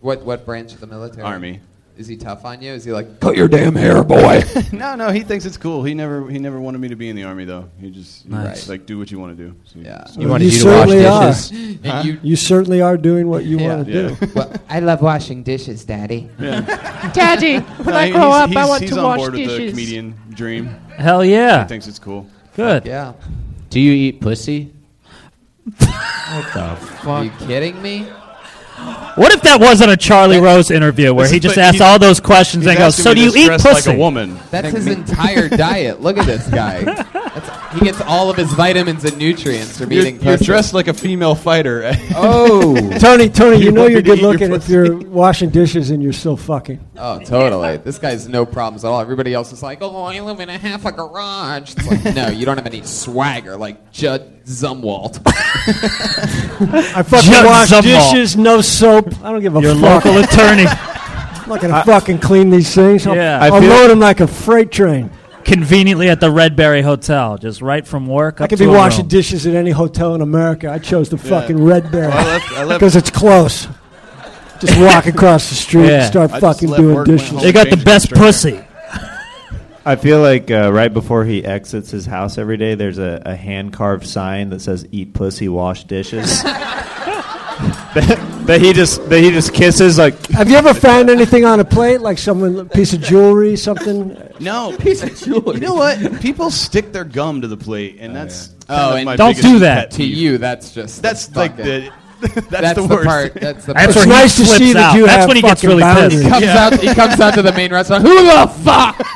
What what branch of the military? Army. Is he tough on you? Is he like, cut your damn hair, boy? no, no, he thinks it's cool. He never he never wanted me to be in the army though. He just he Nice. was like do what you want to do. So yeah. You Well, certainly Huh? Are. You, certainly are doing what you want to do. well, I love washing dishes, Daddy. Daddy, when I grow up, I want he's to on wash board with the dishes. comedian dream. Hell yeah. He thinks it's cool. Good. Yeah. Do you eat pussy? what the Are fuck? you kidding me? What if that wasn't a Charlie Rose interview where This he is- just but asked he- all those questions he's and goes, asking "So me do you to eat dress like a pussy?" woman. That's his entire diet. Look at this guy. That's, he gets all of his vitamins and nutrients from You're, eating you're pussy. dressed like a female fighter. Oh. Tony, Tony, you, You know want you're me to good eat your looking if you're washing dishes and you're still fucking. Oh, totally. This guy's no problems at all. Everybody else is like, oh, I live in a half a garage. It's like, no, you don't have any swagger like Judd Zumwalt. I fucking Judd wash Zumwalt. dishes, no soap. I don't give a Your fuck. local attorney. I'm not gonna I- fucking clean these things. I'll, Yeah. I I'll feel- load them like a freight train. Conveniently at the Red Berry Hotel, just right from work. Up I could to be a washing room. dishes at any hotel in America. I chose the Yeah. fucking Red Bear Well, I left- I left- because it's close. Just walk across the street Yeah. and start I just fucking left doing work, went dishes. home, They got the changed my best shirt. pussy. I feel like uh, right before he exits his house every day, there's a, a hand carved sign that says "Eat pussy, wash dishes." that, that he just that he just kisses like. Have you ever found anything on a plate, like someone a piece of jewelry, something? No, piece of jewelry. You know what? People stick their gum to the plate, and that's kind Oh, of and my don't biggest do that. pet To peeve. you, that's just- that's that's like the fucking- that's, That's the the worst. part- that's the That's part. where he flips out. That's when he gets really pissed. He comes, Yeah. out, he comes out to the main restaurant. Who Oh, the fuck?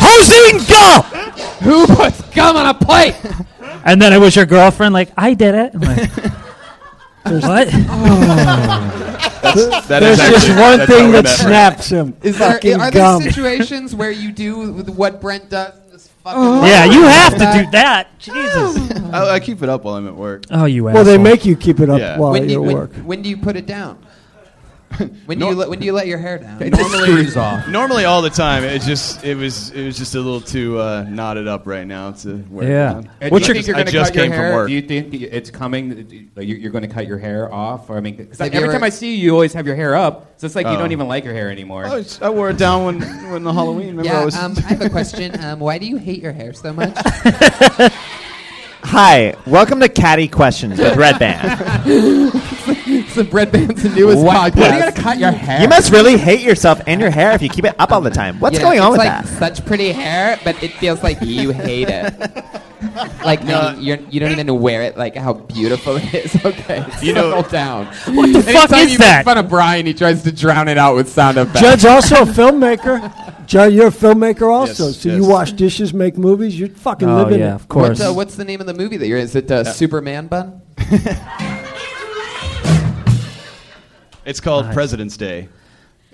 Who's eating gum? Who puts gum on a plate? And then it was your girlfriend, like, I did it. I'm like, what? Oh. Oh. That's, that There's is just actually- one that's thing how I that met her. snaps him. Is there, Fucking are gum. there situations where you do with what Brent does? and Just fucking Oh. yeah, you have to do that. Jesus. I, I keep it up while I'm at work. Oh, you Well, they make you keep it up Yeah. while When you're you- at when- work. When do you put it down? When do you let, when do you let your hair down? Normally, all the time. It just it was it was just a little too uh, knotted up right now to wear. it Yeah. down. And I do you just- think you're I going to just cut your came hair? from work. Do you think it's coming? Do you- like, You're, you're going to cut your hair off? Or, I mean, 'cause Have you every ever- time I see you, you always have your hair up. So it's like you Oh. don't even like your hair anymore. I, was- I wore it down when when the Halloween. Remember yeah, I was um, I have a question. Um, why do you hate your hair so much? Hi, welcome to Caddy Questions with Red Band. it's the Bread Band's newest What- podcast. why do you gotta cut your hair? You must really hate yourself and your hair if you keep it up all the time. What's Yeah, going on it's with like that? Such pretty hair, but it feels like you hate it. Like no, you're, you don't even wear it. Like how beautiful it is. Okay, You know- settle down. What the Anytime fuck is you that? Make fun of Brian, he tries to drown it out with sound effects. Judd's also a filmmaker. Judd, you're a filmmaker also. Yes, so yes. you wash dishes, make movies. You're fucking Oh, living yeah, it. of course. What, uh, what's the name of the movie that you're in? Is it uh, Superman Bun? It's called Nice. President's Day.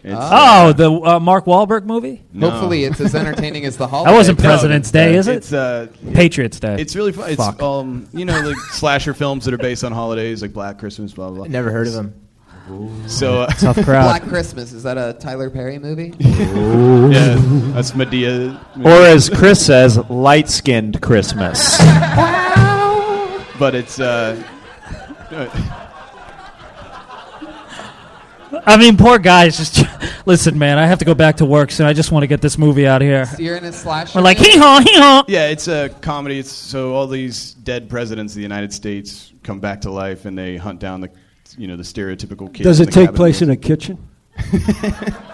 It's, oh, the uh, Mark Wahlberg movie. No. Hopefully it's as entertaining as the holiday. That wasn't No, President's it's, Day, uh, is it? it's, uh, Patriots Day. It's really fun. It's Fuck. um, you know, like slasher films that are based on holidays, like Black Christmas, blah blah. blah. Never heard of them. So uh, Black Christmas is that a Tyler Perry movie? yeah, that's Medea. Or as Chris says, light skinned Christmas. But it's uh, I mean, poor guys. Just listen, man. I have to go back to work soon. I just want to get this movie out of here. So you're in a slasher. We're like movie? hee haw, hee haw. Yeah, it's a comedy. It's so all these dead presidents of the United States come back to life and they hunt down the, you know, the stereotypical kid. Does in it the take cabin. place in a kitchen?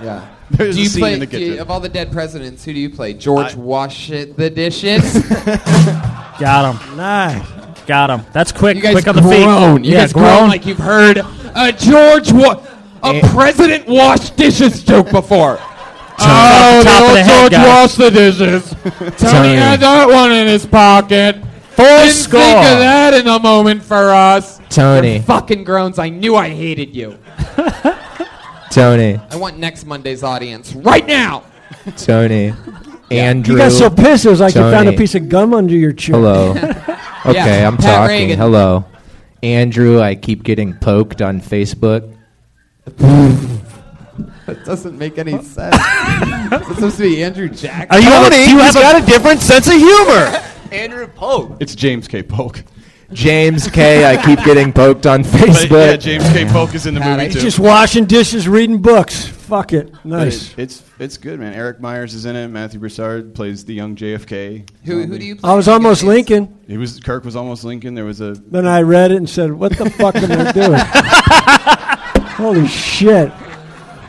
Yeah. There's do a you scene play in the do you- kitchen. of all the dead presidents? Who do you play? George Wash it the dishes. Got him. Nice. Got him. That's quick. You guys quick on the feet. groan. You yeah, guys groan. groan like you've heard a George Wa- a president wash dishes joke before. Oh, top of the head, George guys. washed the dishes. Tony Tony. had that one in his pocket. Four Didn't score. think of that in a moment for us. Your fucking groans. I knew I hated you. Tony, I want next Monday's audience right now. Tony, Andrew. You got so pissed it was like you found a Tony. piece of gum under your chair. Hello. Okay, I'm Pat talking. Reagan. Hello. Andrew, I keep getting poked on Facebook. That doesn't make any sense. It's supposed to be Andrew Jackson. a different sense of humor. Andrew Pope? It's James K. Polk. James K. I keep getting poked on Facebook. But, yeah, James K. Polk is in the movie He's too. just washing dishes, reading books. Fuck it. But Nice. it- it's it's good, man. Eric Myers is in it. Matthew Broussard plays the young JFK. Who, who do you I was almost Lincoln. He was Kirk was almost Lincoln. There was a Then I read it and said, "What the fuck am I doing?" Holy shit!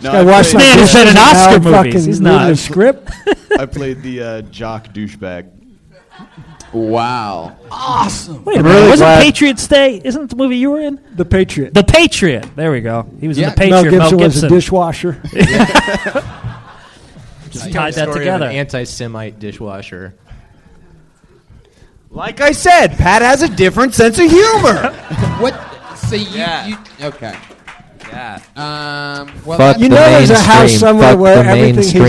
No, I I watched played- my Man, he's in an Now Oscar I'm movies. fucking He's reading not. the script. I played the uh, jock douchebag. Wow. Awesome. Wait a minute. Wasn't Patriots Day? Isn't the movie you were in? The Patriot. The Patriot. There we go. He was in the Mel Patriot. Gibson, was a dishwasher. Just I told the tied that story of an together. anti-Semite dishwasher. Like I said, Pat has a different sense of humor. What? So you, you okay? Yeah. Um. Well, fuck that's- the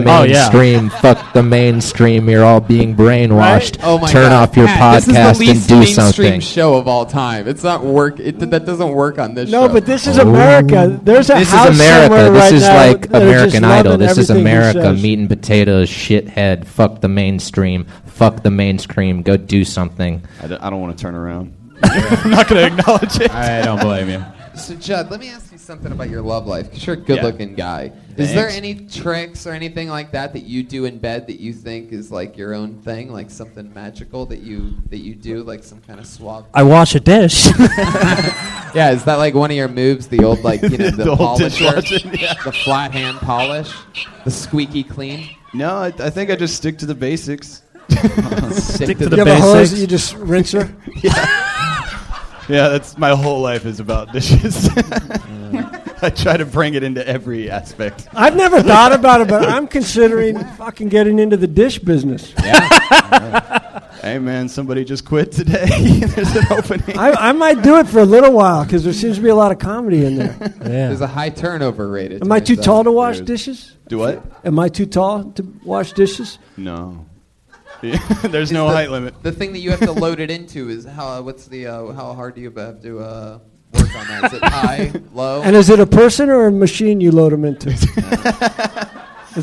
mainstream. fuck the mainstream. fuck the mainstream. Oh, fuck the mainstream. You're all being brainwashed. Oh my Turn God. off your Pat, podcast this is and the do least mainstream something. show of all time. It's not work. It, that doesn't work on this show. No, but this is America. There's a This house is America. somewhere This right is now like that are just American Idol. loving This is everything he America. says. Meat and potatoes, shithead. Fuck the mainstream. Fuck the mainstream. Go do something. I don't, want to turn around. I'm not going to acknowledge it. I don't blame you. So Judd, let me ask you something about your love life. 'cause You're a good-looking guy. Is there Thanks. any tricks or anything like that that you do in bed that you think is like your own thing, like something magical that you that you do, like some kind of suave? I wash a dish. yeah, is that like one of your moves? The old like you know the, The old polisher, dishwasher, the flat hand polish, the squeaky clean. No, I, I think I just stick to the basics. Stick you have a hose that you just rinse her. Yeah, that's my whole life is about dishes. I try to bring it into every aspect. I've never thought about it, but I'm considering fucking getting into the dish business. Hey man, somebody just quit today. There's an opening. I, I might do it for a little while because there seems to be a lot of comedy in there. There's a high turnover rate. it Am I too turns out. tall to wash dishes? Do what? Am I too tall to wash dishes? No. There's no the- height limit. The thing that you have to load it into is how what's the uh, how hard do you have to uh, work on that? Is it high, low? And is it a person or a machine you load them into? is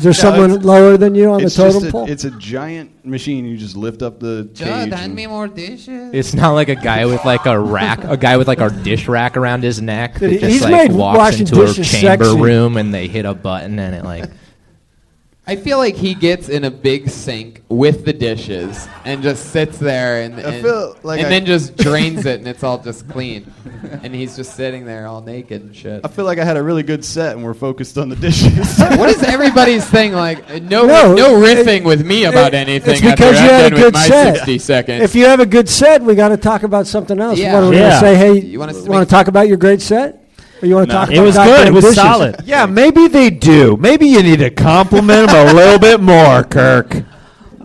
there No, someone it's- lower than you on the it's just totem a- pole? It's a giant machine. You just lift up the Judd, cage. hand and- me more dishes. It's not like a guy with like a rack, a guy with like a dish rack around his neck that He- just he's like made walks washing into a dishes chamber sexy. room and they hit a button and it like I feel like he gets in a big sink with the dishes and just sits there and I and, feel like and I- then just drains it and it's all just clean. And he's just sitting there all naked and shit. I feel like I had a really good set, and we're focused on the dishes. What is everybody's thing like? uh, No, No, no, it- riffing with me about anything. It's because after you I'm had a done with good my set. 60 seconds. If you have a good set, we got to talk about something else. Yeah. What are we Yeah. going to say? Hey, You you want want us to to talk about your great set? Or you want to Nah. talk? about Dr. Dishes? Yeah, maybe they do. Maybe you need to compliment them a little bit more, Kirk.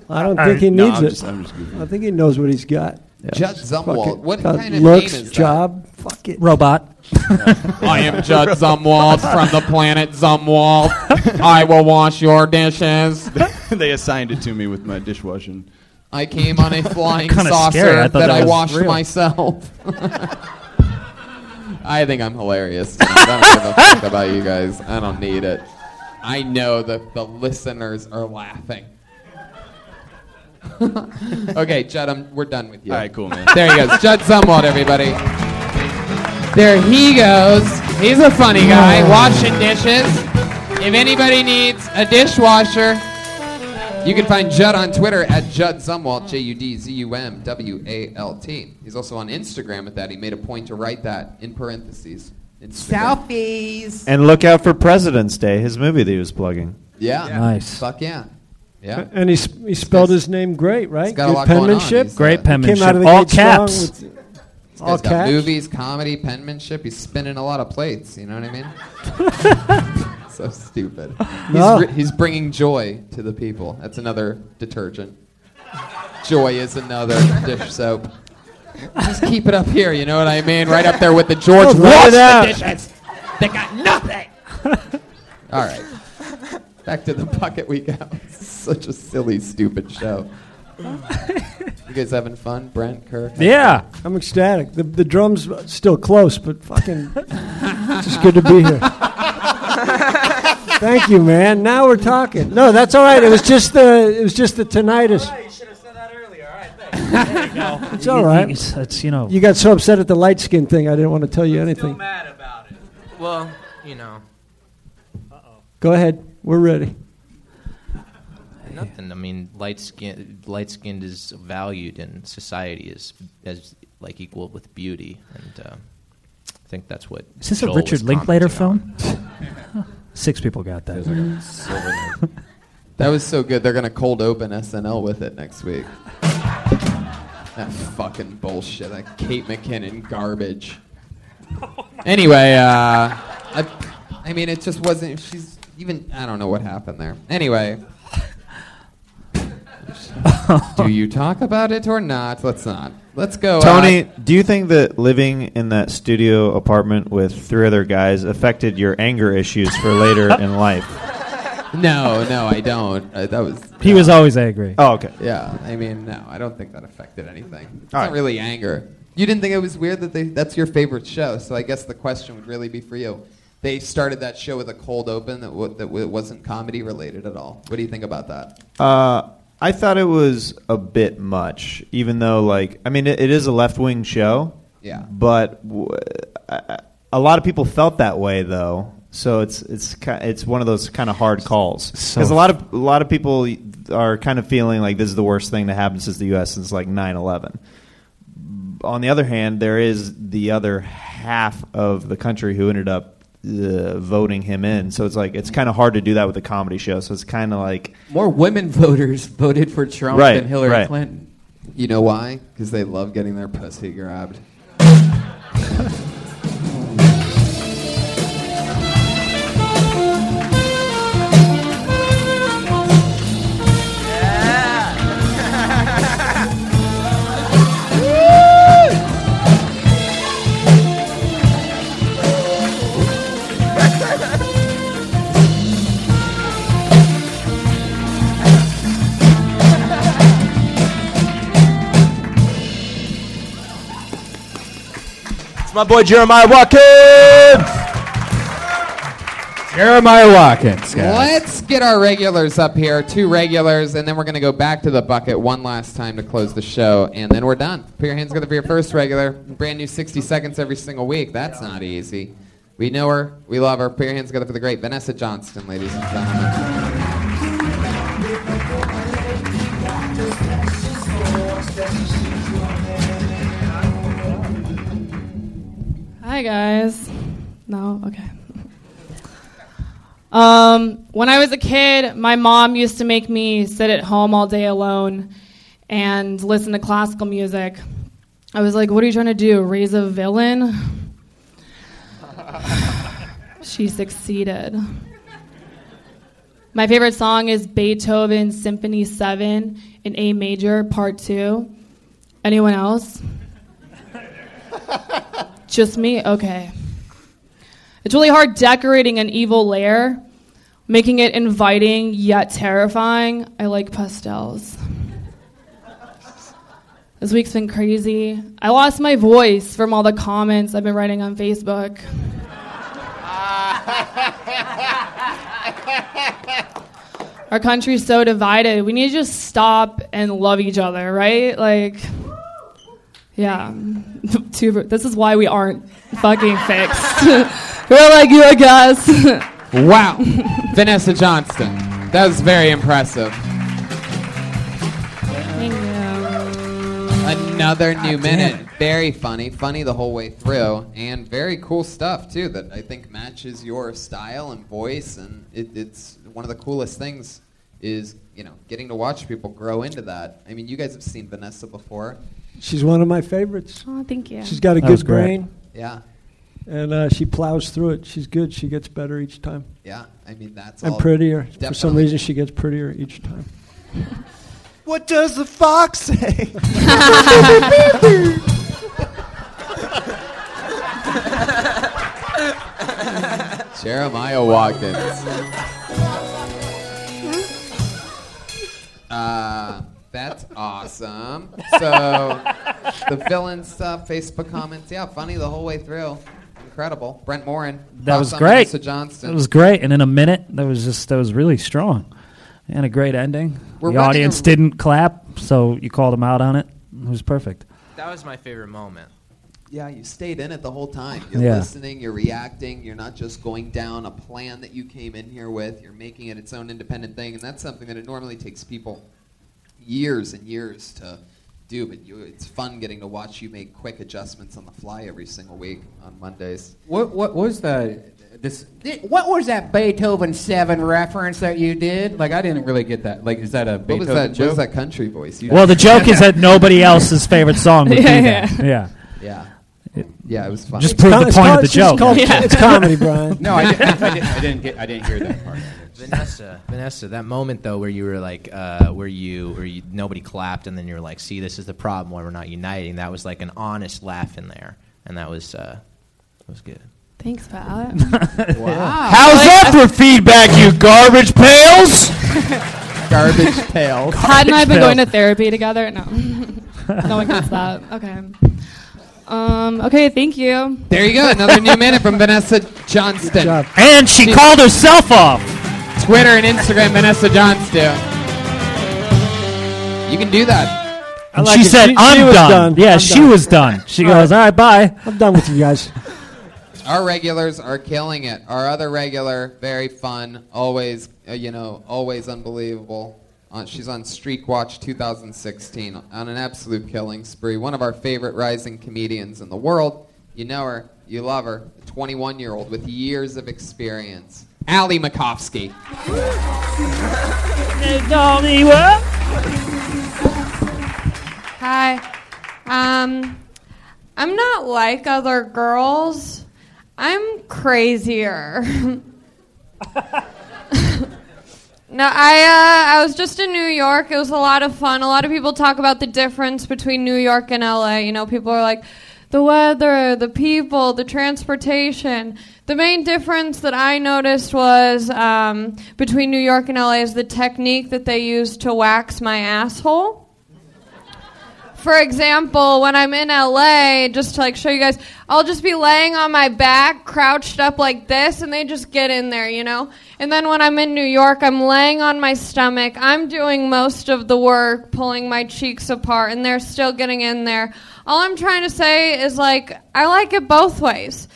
I don't think he No, needs I'm it. just- I'm just I think he knows what he's got. Judd Zumwalt. What kind of looks, name is job, fuck it. Robot. I am Judd Zumwalt from the planet Zumwalt. I will wash your dishes. they assigned it to me with my dishwashing. I came on a flying Kinda saucer scary. I that, thought that I was washed real. myself. I think I'm hilarious. I don't give a fuck about you guys. I don't need it. I know that the listeners are laughing. okay, Judd, I'm, we're done with you. All right, cool, man. There he goes. Judd Zumwalt, everybody. There he goes. He's a funny guy, washing dishes. If anybody needs a dishwasher, you can find Judd on Twitter at Judd Zumwalt, J U D Z U M W A L T. He's also on Instagram at that. He made a point to write that in parentheses. Instagram. Selfies. And look out for President's Day, his movie that he was plugging. Yeah. Nice. Fuck yeah. Yeah. And he, sp- he spelled his name great, right? got a Good lot going on. penmanship. He's, uh, Great He Came out of penmanship. the All gate strong caps. with- This all guy's got caps. movies, comedy, penmanship. He's spinning a lot of plates. You know what I mean? so stupid. No. He's, ri- he's bringing joy to the people. That's another detergent. Joy is another dish soap. Just keep it up here. You know what I mean? Right up there with the Write George it Wash out. the dishes. They got nothing. All right. Back to the bucket we go. Such a silly, stupid show. You guys having fun, Brent, Kirk? Yeah. I'm ecstatic. The, the drum's uh, still close, but fucking, it's just good to be here. Thank you, man. Now we're talking. No, that's all right. It was just the, it was just the tinnitus. It's all right. It's, it's, you know, You got so upset at the light skin thing, I didn't want to tell you anything. Well, you know, Go ahead. We're ready. nothing. I mean, light skin, light skinned is valued in society as as like equal with beauty, and uh, I think that's what. is this a Joel Richard was Linklater commenting on. phone? Six people got that. That was so good. They're gonna cold open SNL with it next week. that fucking bullshit. That Kate McKinnon garbage. anyway, uh, I, I mean, it just wasn't. She's even. I don't know what happened there. Anyway. Do you talk about it or not? Let's not. Let's go. Tony, uh, do you think that living in that studio apartment with three other guys affected your anger issues for later in life? no, no, I don't. Uh, that was. He was always angry. Oh, okay. Yeah, I mean, no, I don't think that affected anything. It's All not right. really anger. You didn't think it was weird that they, that's your favorite show, so I guess the question would really be for you. They started that show with a cold open that, w- that w- wasn't comedy related at all. What do you think about that? Uh, I thought it was a bit much, even though, like, I mean, it, it is a left wing show. Yeah. But w- I- I- a lot of people felt that way, though. So it's it's ki- it's one of those kind of hard calls because So- a lot of a lot of people are kind of feeling like this is the worst thing to happen since the U.S. since like 9/11. On the other hand, there is the other half of the country who ended up uh, voting him in. So it's like it's kind of hard to do that with a comedy show. So it's kind of like More women voters voted for Trump Right, than Hillary right. Clinton. You know why? Because they love getting their pussy grabbed. It's my boy Jeremiah Watkins. Jeremiah Watkins, guys. Let's get our regulars up here, two regulars, and then we're going to go back to the bucket one last time to close the show, and then we're done. Put your hands together for your first regular. Brand new 60 seconds every single week. That's not easy. We know her. We love her. Put your hands together for the great Vanessa Johnston, ladies and gentlemen. Hi guys. No, okay. Um, when I was a kid, my mom used to make me sit at home all day alone and listen to classical music. I was like, "What are you trying to do? Raise a villain?" she succeeded. My favorite song is Beethoven Symphony 7 in A major, part 2. Anyone else? Just me? Okay. It's really hard decorating an evil lair, making it inviting yet terrifying. I like pastels. This week's been crazy. I lost my voice from all the comments I've been writing on Facebook. Our country's so divided. We need to just stop and love each other, right? Like, yeah. Two- this is why we aren't fucking fixed. We're like you, I guess. Wow. Vanessa Johnston. That was very impressive. Another new minute. Very funny. Funny the whole way through. And very cool stuff, too, that I think matches your style and voice. And it, it's one of the coolest things is, you know, getting to watch people grow into that. I mean, you guys have seen Vanessa before. She's one of my favorites. Oh, thank you. She's got a That was good great. brain. Yeah. And uh, she plows through it. She's good. She gets better each time. Yeah, I mean, that's And all- prettier. For some Definitely. reason, she gets prettier each time. What does the fox say? Jeremiah Watkins. Uh, that's awesome. So the villain stuff, Facebook comments, yeah, funny the whole way through. Incredible. Brent Morin. That was awesome. great. Vanessa Johnston. That was great. And in a minute, that was just that was really strong, and a great ending. We're the running audience a- didn't clap, so you called them out on it. It was perfect. That was my favorite moment. Yeah, you stayed in it the whole time. You're Yeah. listening, you're reacting, you're not just going down a plan that you came in here with, you're making it its own independent thing, and that's something that it normally takes people years and years to do, but you, it's fun getting to watch you make quick adjustments on the fly every single week on Mondays. What what was the this? What was that Beethoven Seven reference that you did? Like I didn't really get that. Like is that a What was Beethoven that, joke? what was that country voice? You- Well, the joke is that nobody else's favorite song would Yeah, be that. yeah. Yeah. Yeah. Yeah, it was fun. Just prove the point of the joke. No, I, did, I, did, I didn't get. I didn't hear that part. Vanessa, Vanessa, that moment though where you were like, uh, where you, where you, nobody clapped, and then you were like, "See, this is the problem why we're not uniting." That was like an honest laugh in there, and that was, uh, that was good. Thanks, Pat. How's that for feedback, you garbage pails? Garbage pails. Pat and I have been going to therapy together. No, no one gets that. Okay. Um, okay, thank you. There you go, another new minute from Vanessa Johnston. And she called herself off. Twitter and Instagram, Vanessa Johnston. You can do that. And she said, "I'm done. Yeah, she was done. She goes, "All right, bye. I'm done with you guys." Our regulars are killing it. Our other regular, very fun, always, uh, you know, always unbelievable. Uh, she's on Streak Watch 2016 on an absolute killing spree. One of our favorite rising comedians in the world. You know her, you love her. 21 year old with years of experience. Allie Makovsky. Hi. Um, I'm not like other girls. I'm crazier. no, I uh, I was just in New York. It was a lot of fun. A lot of people talk about the difference between New York and LA. You know, people are like the weather, the people, the transportation. The main difference that I noticed was um, between New York and LA is the technique that they use to wax my asshole. For example, when I'm in LA, just to like show you guys, I'll just be laying on my back, crouched up like this, and they just get in there, you know? And then when I'm in New York, I'm laying on my stomach. I'm doing most of the work, pulling my cheeks apart, and they're still getting in there. All I'm trying to say is like, I like it both ways.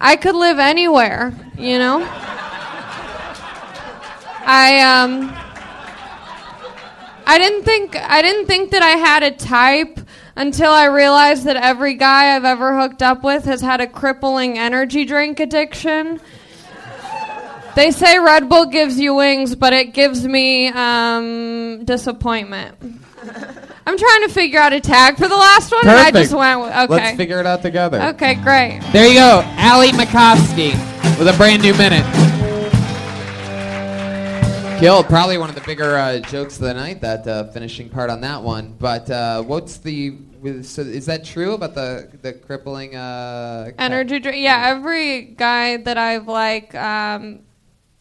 I could live anywhere, you know? I, um,. I didn't think I didn't think that I had a type until I realized that every guy I've ever hooked up with has had a crippling energy drink addiction. They say Red Bull gives you wings, but it gives me um, disappointment. I'm trying to figure out a tag for the last one, and Oh, I just went with, okay. Let's figure it out together. Okay, great. There you go, Allie Makovsky with a brand new minute. Killed probably one of the bigger uh, jokes of the night. That uh, finishing part on that one. But uh, what's the with, so is that true about the the crippling uh, ca- energy drink. Yeah, every guy that I've like um,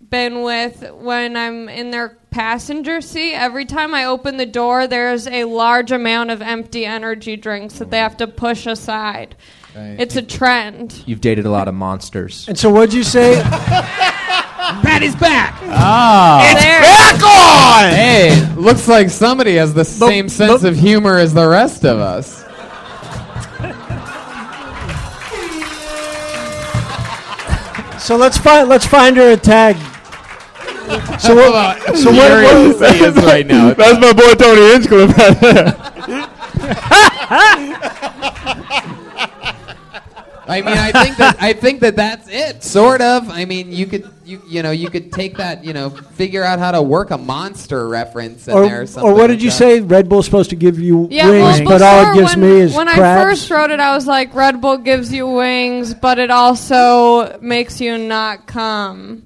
been with when I'm in their passenger seat, every time I open the door, there's a large amount of empty energy drinks that they have to push aside. Right. It's a trend. You've dated a lot of monsters. And so, what'd you say? Patty's back. Ah, It's There. back on! Hey, looks like somebody has the same sense of humor as the rest of us. So let's find let's find her a tag. So what? Uh, so what? what he is right now. That's my boy Tony Hinchcliffe out there. I mean, I think that I think that that's it, sort of. I mean, you could you you know you could take that you know figure out how to work a monster reference in there. Or, Or something or what did like you that. say? Red Bull's supposed to give you Yeah, wings, well, but all before it gives when, me is when I crabs. first wrote it, I was like, Red Bull gives you wings, but it also makes you not come.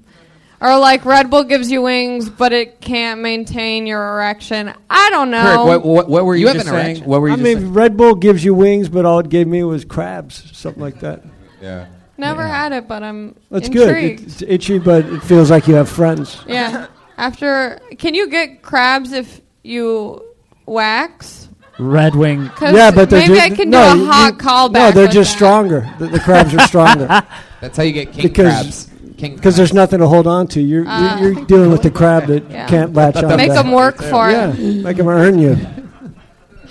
Or like Red Bull gives you wings, but it can't maintain your erection. I don't know. Kirk, what- what- What were you, You have just an saying? erection. What were you I just mean, saying? Red Bull gives you wings, but all it gave me was crabs, something like that. Yeah. Never had it, but I'm That's intrigued. good. It, it's itchy, but it feels like you have friends. Yeah. After, can you get crabs if you wax? Red Wing. 'Cause Yeah, but they're maybe ju- I can do no, a you- hot you- callback No, they're with just stronger. The, the crabs are stronger. That's how you get king crabs. King Because there's nothing to hold on to. You're, Ah. you're, you're dealing with the crab that Yeah. can't latch on. Make to. 'em work for it. yeah, Make them earn you.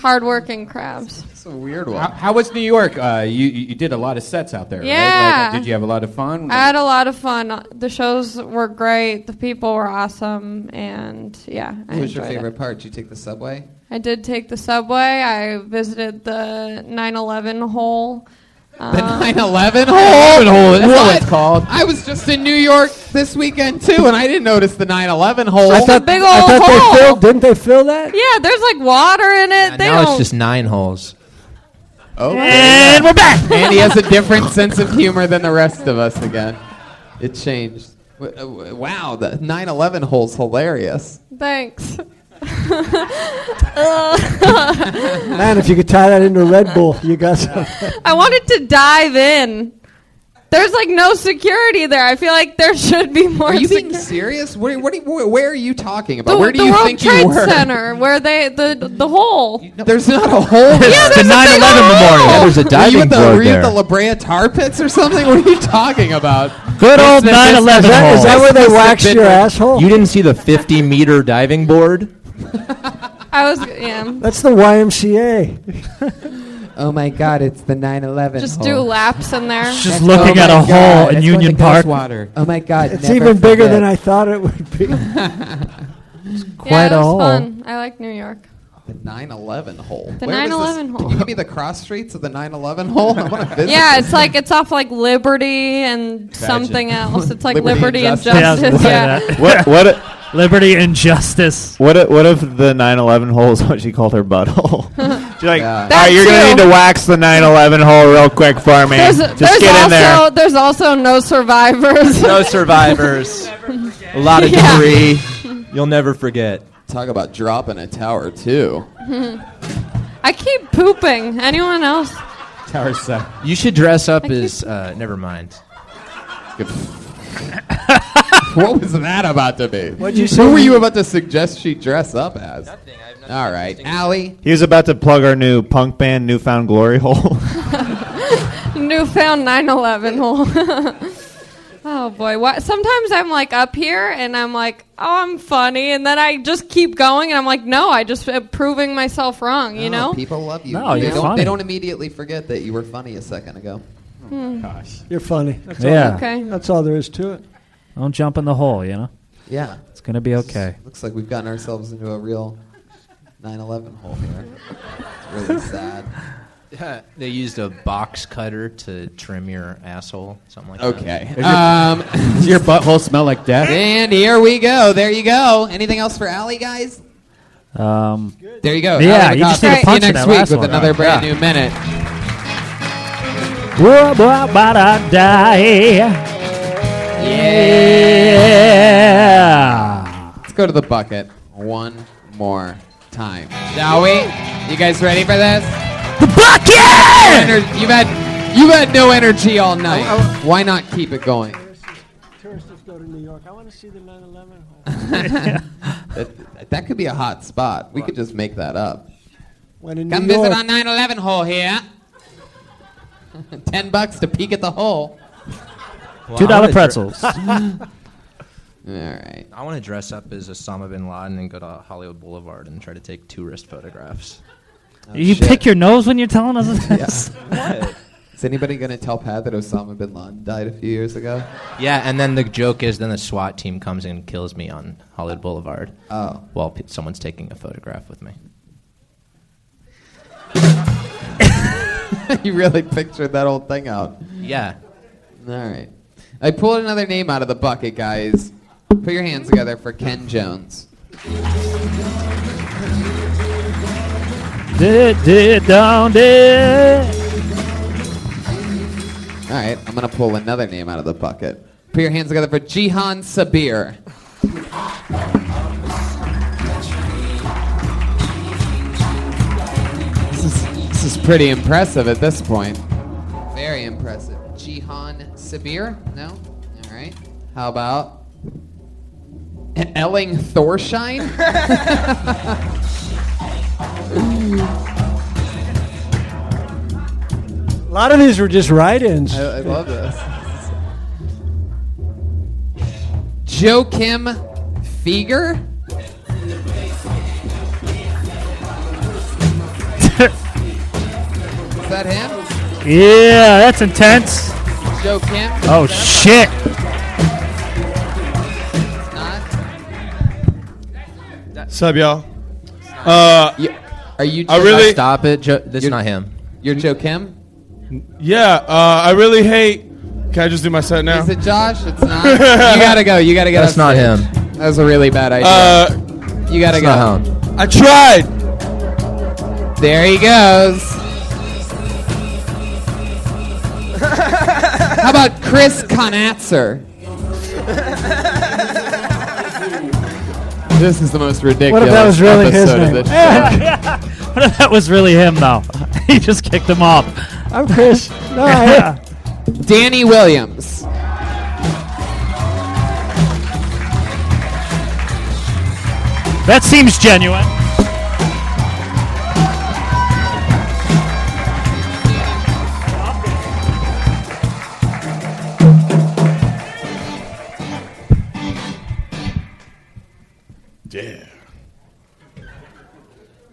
Hardworking crabs. It's a weird How, how was New York? Uh, you you you did a lot of sets out there. right? Like, uh, Yeah. Uh, did you have a lot of fun? I had a lot of fun. The shows were great. The people were awesome, and yeah, I What was your enjoyed it. favorite part? Did you take the subway? I did take the subway. I visited the 9/11 hole. Um, The 9/11 Oh, hole. hole, that's all it's called. I was just in New York this weekend too, and I didn't notice the 9/11 hole. I thought, big I old thought hole. they filled. Didn't they fill that? Yeah, there's like water in it. they now don't. it's just nine holes. Oh, And we're back. and he has a different sense of humor than the rest of us again. It changed. W- uh, w- Wow, the 9/11 hole's hilarious. Thanks. Uh, Man, if you could tie that into Red Bull, you got some. I wanted to dive in. There's like no security there. I feel like there should be more. Are you being secu- serious? What, what, do you- where, where are you talking about? The, where do the you World think Trade you were? Center, where they the the hole. There's not a hole. Yeah, there's a big hole. memorial. Yeah, there's a were you diving at the, board were you there. at the La Brea Tar Pits or something? What are you talking about? Good old 9/11 hole. asshole? You didn't see the 50 meter diving board? I was yeah. That's the YMCA. Oh my God! It's the 9/11. Just hole. do laps in there. That's- oh my God, that's going to Goldwater. Oh my God! It's never even bigger forget. than I thought it would be. yeah, quite it a was hole. fun. I like New York. The 9/11 hole. The Where was this- 9/11 hole. Can you give me the cross streets of the 9/11 hole? I want to visit. Yeah, it's like it's off like Liberty and something else. It's like Liberty, and Justice. Yeah, I was gonna say Yeah. that. What? What? i- Liberty and justice. What? i- What if the 9/11 hole is what she called her butthole? She's like, That all right, you're gonna too. need to wax the 9/11 hole real quick for me. There's, Just there's get also in there. there's also no survivors. No survivors. a lot of Yeah. debris. You'll never forget. Talk about dropping a tower too. I keep pooping. Anyone else? Tower seven. You should dress up I keep- as. Uh, never mind. what was that about to be? What'd you Who say? were you about to suggest she dress up as? Nothing. I have nothing All right, Allie. He was about to plug our new punk band, Newfound Glory Hole. Newfound 9/11 hole. oh boy! What? Sometimes I'm like up here and I'm like, oh, I'm funny, and then I just keep going, and I'm like, no, I just am proving myself wrong. You No, know? Oh, people love you. No, they you're don't, funny. They don't immediately forget that you were funny a second ago. Hmm. You're funny. That's Yeah. All Okay. That's all there is to it. Don't jump in the hole, you know? Yeah. It's going to be okay. Looks like we've gotten ourselves into a real 9/11 hole here. It's really sad. They used a box cutter to trim your asshole, something like that. Okay. Um, Does your butthole smell like death? and here we go. There you go. oh, Anything else for Allie, guys? Um, There you go. Yeah, Allie you just McCoskey. need to punch See you next in that week last with one. another brand Yeah. new minute. Blah, blah, ba, da, da. Yeah. Let's go to the bucket one more time, shall we? You guys ready for this? Ener- You've had you've had no energy all night. Why not keep it going? that, that could be a hot spot. We could just make that up. When in Come New visit York, our 9/11 hole here. Ten bucks to peek at the hole. $2 Wow. pretzels. All right. I want to dress up as Osama bin Laden and go to Hollywood Boulevard and try to take tourist photographs. Oh, you pick your nose when you're telling us this. Is anybody gonna tell Pat that Osama bin Laden died a few years ago? Yeah, and then the joke is then the SWAT team comes and kills me on Hollywood Boulevard. Oh. While pe- someone's taking a photograph with me. you really pictured that whole thing out. Yeah. All right. I pulled another name out of the bucket, guys. Put your hands together for Ken Jones. Did did down did. All right, I'm gonna pull another name out of the bucket. Put your hands together for Jihan Sabir. This is, this is pretty impressive at this point. Very impressive. Jihan Sabir? No? All right. How about Elling Thorshine? A lot of these were just write-ins. I, I love this. Joachim Feger? Is that him? Yeah, that's intense. Joe Kim? Oh shit. Sup, y'all? Uh, are you? I really stop it. Jo- this is not him. You're Joe Kim? Yeah, uh, I really hate. Can I just do my set now? Is it Josh? It's not. you gotta go. You gotta go. That's not him. That was a really bad idea. Uh, you gotta that's go. not I tried. There he goes. How about Chris Conatzer? This is the most ridiculous What if that was really his episode name? of this what if that was really him though? he just kicked him off. I'm Chris. No, I- Danny Williams. That seems genuine. Yeah.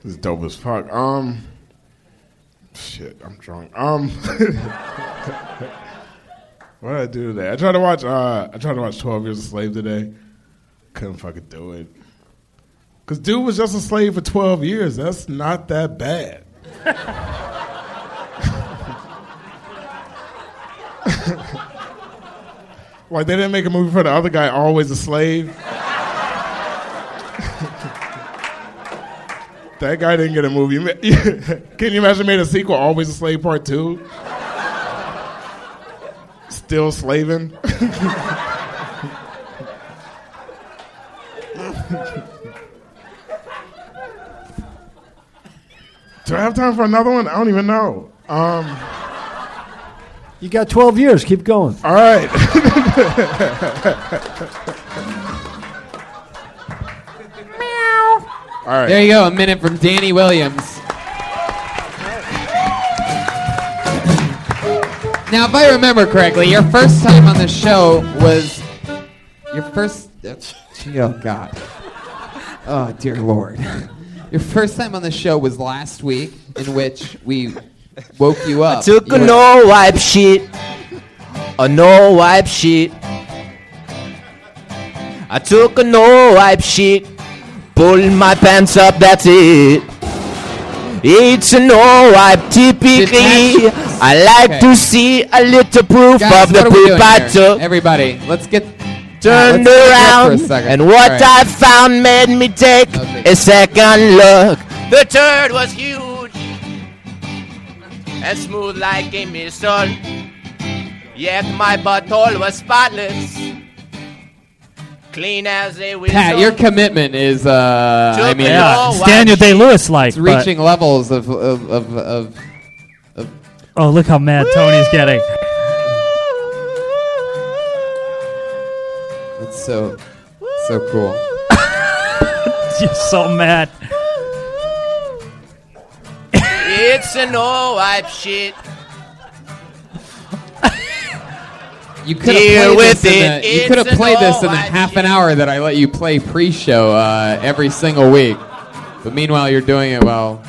This is dope as fuck. Um, shit, I'm drunk. Um, what did I do today? I tried to watch. Uh, I tried to watch Twelve Years a Slave today. Couldn't fucking do it. Cause dude was just a slave for twelve years. That's not that bad. like they didn't make a movie for the other guy, always a slave. That guy didn't get a movie. Can you imagine made a sequel, Always a Slave Part Two? Still slaving. Do I have time for another one? I don't even know. Um, You got 12 years. Keep going. all right. All right. There you go. A minute from Danny Williams. now, if I remember correctly, your first time on the show was your first. Oh God. Oh dear Lord. Your first time on the show was last week, in which we woke you up. I took You a were- no wipe sheet. A no wipe sheet. I took a no wipe sheet. Pulling my pants up, that's it. It's a no wipe typically. I like Okay. to see a little proof Guys, of the what are poop we doing I here? took. Everybody, let's get uh, Turned let's sit here for a around, second. and what All I right. found made me take a second look. The turd was huge and smooth like a missile. Yet my butthole was spotless, clean as a whistle. Pat, your commitment is, uh, I mean, Yeah, it's Daniel Day Lewis like. it's reaching levels of, of, of, of Oh, look how mad Tony's getting. That's so so cool. You're so mad. It's an all wipe shit. You could Deal have played with this in it. the, you It's could have an played this in the all-white half an hour that I let you play pre-show uh, every single week. But meanwhile, you're doing it while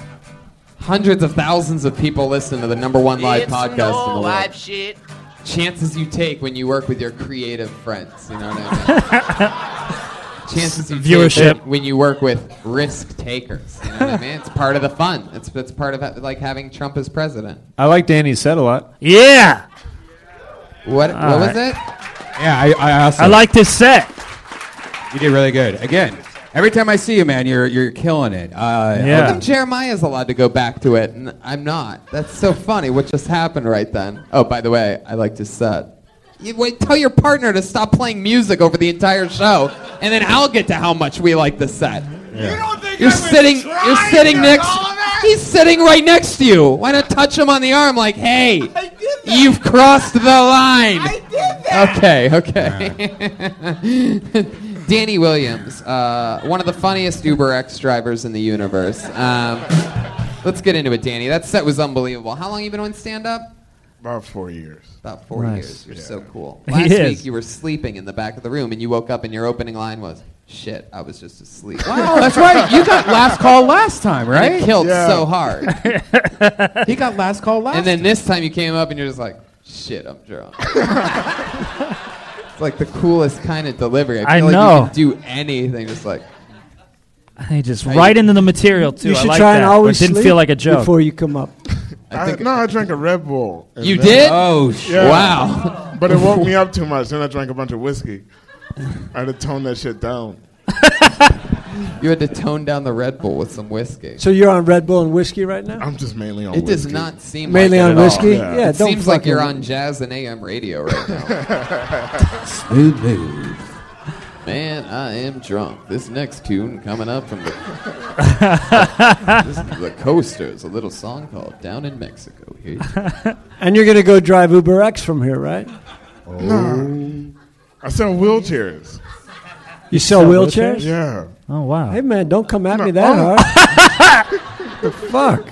hundreds of thousands of people listen to the number one live It's an podcast in the all world. wipe shit. Chances you take when you work with your creative friends, you know what I mean? Chances you Viewership. take when you work with risk takers, you know what I mean? It's part of the fun. It's that's part of ha- like having Trump as president. I like Danny said a lot. Yeah. What All what right. was it? Yeah, I, I also. I like this set. You did really good. Again, every time I see you, man, you're you're killing it. Uh, How come Jeremiah's allowed to go back to it and I'm not? That's so funny. What just happened right then? Oh, by the way, I like to set. You, wait, tell your partner to stop playing music over the entire show, and then I'll get to how much we like the set. You are sitting. You're sitting next. He's sitting right next to you. Why not touch him on the arm? Like, hey, you've crossed the line. I did that. Okay, okay. Danny Williams, uh, one of the funniest Uber X drivers in the universe. Um, let's get into it, Danny. That set was unbelievable. How long you been on stand up? About four years. About four Nice. years. You're so cool. He Last is. week you were sleeping in the back of the room and you woke up and your opening line was, "Shit, I was just asleep." Wow, Oh, that's right. You got last call last time, And right? It killed Yeah. so hard. he got last call last. and then this time you came up and you're just like, "Shit, I'm drunk." it's like the coolest kind of delivery. I I feel like know. you can do anything. Just like I just right into the material too. You I should like try that. and always it didn't sleep feel like a joke. before you come up. I no, I drank a Red Bull. and You then- did? Oh, sh- wow. But it woke me up too much. Then I drank a bunch of whiskey. I had to tone that shit down. you had to tone down the Red Bull with some whiskey. So you're on Red Bull and whiskey right now? I'm just mainly It does not seem mainly like on it at all. whiskey. Yeah, it don't seems like fucking- you're on jazz and AM radio right now. Smooth move. Man, I am drunk. This next tune coming up from the this is the Coasters, a little song called "Down in Mexico." Here you go. And you're gonna go drive Uber X from here, right? No. I sell wheelchairs. You sell wheelchairs? Oh. Yeah. Oh wow. Hey man, don't come at me that hard. the fuck.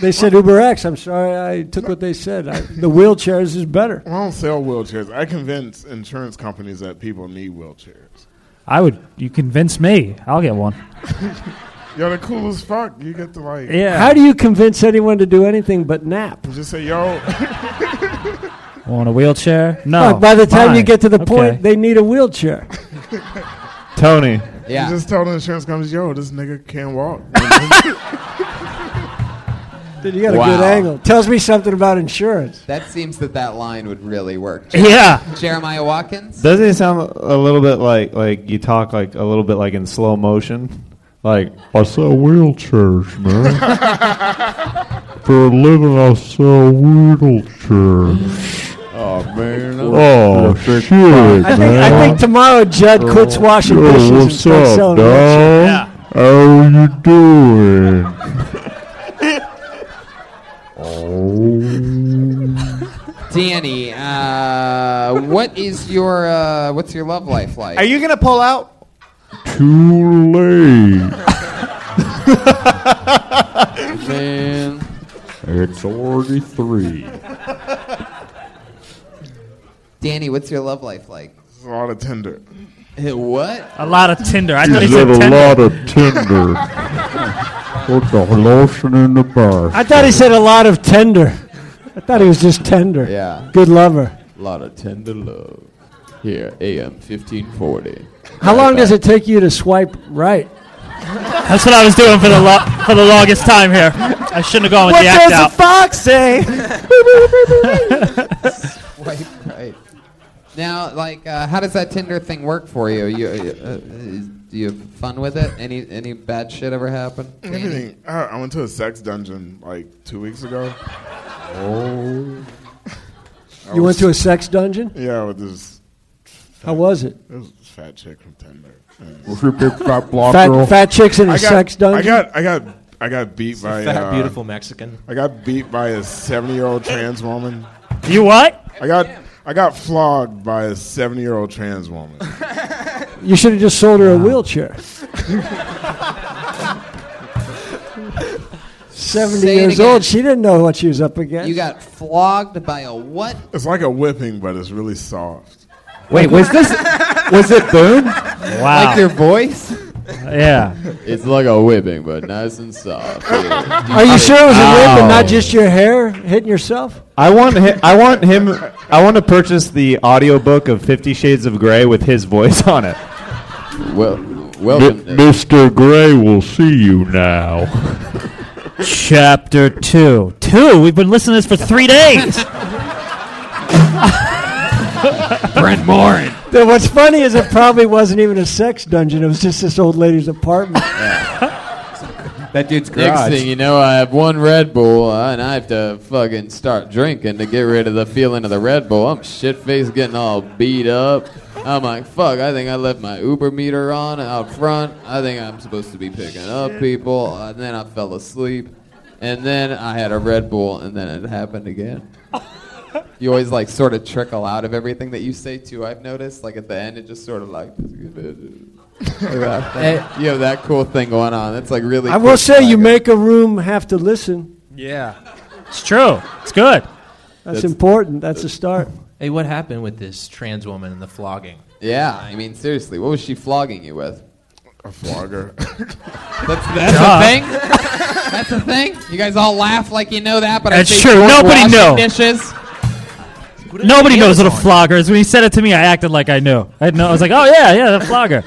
They said Uber X. I'm sorry, I took what they said. I, the wheelchairs is better. I don't sell wheelchairs. I convince insurance companies that people need wheelchairs. I would. You convince me. I'll get one. Yo, the coolest fuck. You get to like. How do you convince anyone to do anything but nap? Just say, yo. Want a wheelchair? No. Fuck, by the time you fine. get to the Okay. point, they need a wheelchair. Tony. Yeah. You just tell the insurance companies, yo, this nigga can't walk. Dude, you got a Wow. good angle. Tells me something about insurance. That seems that that line would really work. Yeah. Jeremiah Watkins. Doesn't it sound a little bit like like you talk like a little bit like in slow motion? Like I sell wheelchairs, man. For a living, I sell wheelchairs. Oh man. Oh shit, man! Oh, I think, I think tomorrow Judd quits washing Yo, dishes and what's starts up, selling dog? wheelchairs. Yeah. How you doing? oh. Danny, uh, what is your uh, what's your love life like? Are you gonna pull out? Too late. Man. It's already three. Danny, what's your love life like? It's a lot of Tinder. what? A lot of Tinder. I thought he Is said it a Tinder. lot of tinder? Put the lotion in the bar. I thought he said a lot of tender. I thought he was just tender. Yeah. Good lover. lot of tender love. Here, AM fifteen forty. How long does it take you to swipe right? That's what I was doing for the lo- for the longest time here. I shouldn't have gone with What the act does a out. fox say? Right, right. Now, like, uh, how does that Tinder thing work for you? You, uh, uh, do you have fun with it? Any any bad shit ever happen? Everything. I, I went to a sex dungeon like two weeks ago. Oh. You went to a sex dungeon? Yeah, with this. How was it? It was this fat chick from Tinder. Was she a big fat Fat- girl? fat chicks in a I got- sex dungeon? I got I got I got beat by fat, uh, beautiful Mexican. I got beat by a seventy year old trans woman. You what? I got I got flogged by a seventy year old trans woman. You should have just sold her a wheelchair. 70 Say it years again. old. She didn't know what she was up against. You got flogged by a what? It's like a whipping, but it's really soft. Wait, was this- was it Boone? Wow. Like your voice? Yeah. It's like a whipping, but nice and soft. Are you sure it was a whip and Oh. not Ow. just your hair hitting yourself? I want him, I want him I want to purchase the audiobook of 50 Shades of Grey with his voice on it. Well, M- Mr. Gray will see you now. Chapter two. Two. We've been listening to this for three days. Brent Morin. what's funny is it probably wasn't even a sex dungeon. It was just this old lady's apartment. That dude's garage. Next thing you know, I have one Red Bull, uh, and I have to fucking start drinking to get rid of the feeling of the Red Bull. I'm shit faced, getting all beat up. I'm like, fuck, I think I left my Uber meter on out front. I think I'm supposed to be picking up people. And then I fell asleep. And then I had a Red Bull, and then it happened again. You always like sort of trickle out of everything that you say too. I've noticed, like at the end, it just sort of like, you have that cool thing going on. That's like really. I cool. will say you make a room have to listen. Yeah. It's true. It's good. That's, important. That's a start. Hey, what happened with this trans woman and the flogging? Yeah, I mean, seriously, what was she flogging you with? A flogger. that's that's Duh. a thing. That's a thing. You guys all laugh like you know that, but That's I say true. you were Nobody washing know. dishes. Nobody knows what a flogger is. When he said it to me, I acted like I knew. I know. I was like, oh yeah, yeah, the flogger.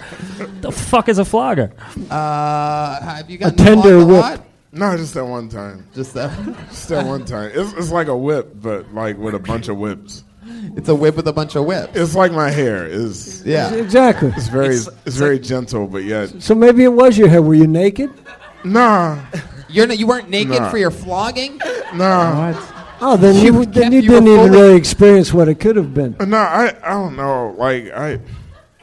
the fuck is a flogger? Uh, have you gotten tender flogged a whip. lot? No, just that one time. Just that. just that one time. It's, it's like a whip, but like with a bunch of whips. It's a whip with a bunch of whips. It's like my hair is. Yeah. Exactly. It's very It's- it's, very gentle, but yet So maybe it was your hair. Were you naked? Nah. You're not, you weren't naked Nah. for your flogging. Nah. Oh, then You you, then you didn't even really experience what it could have been. Uh, no, I I don't know. Like I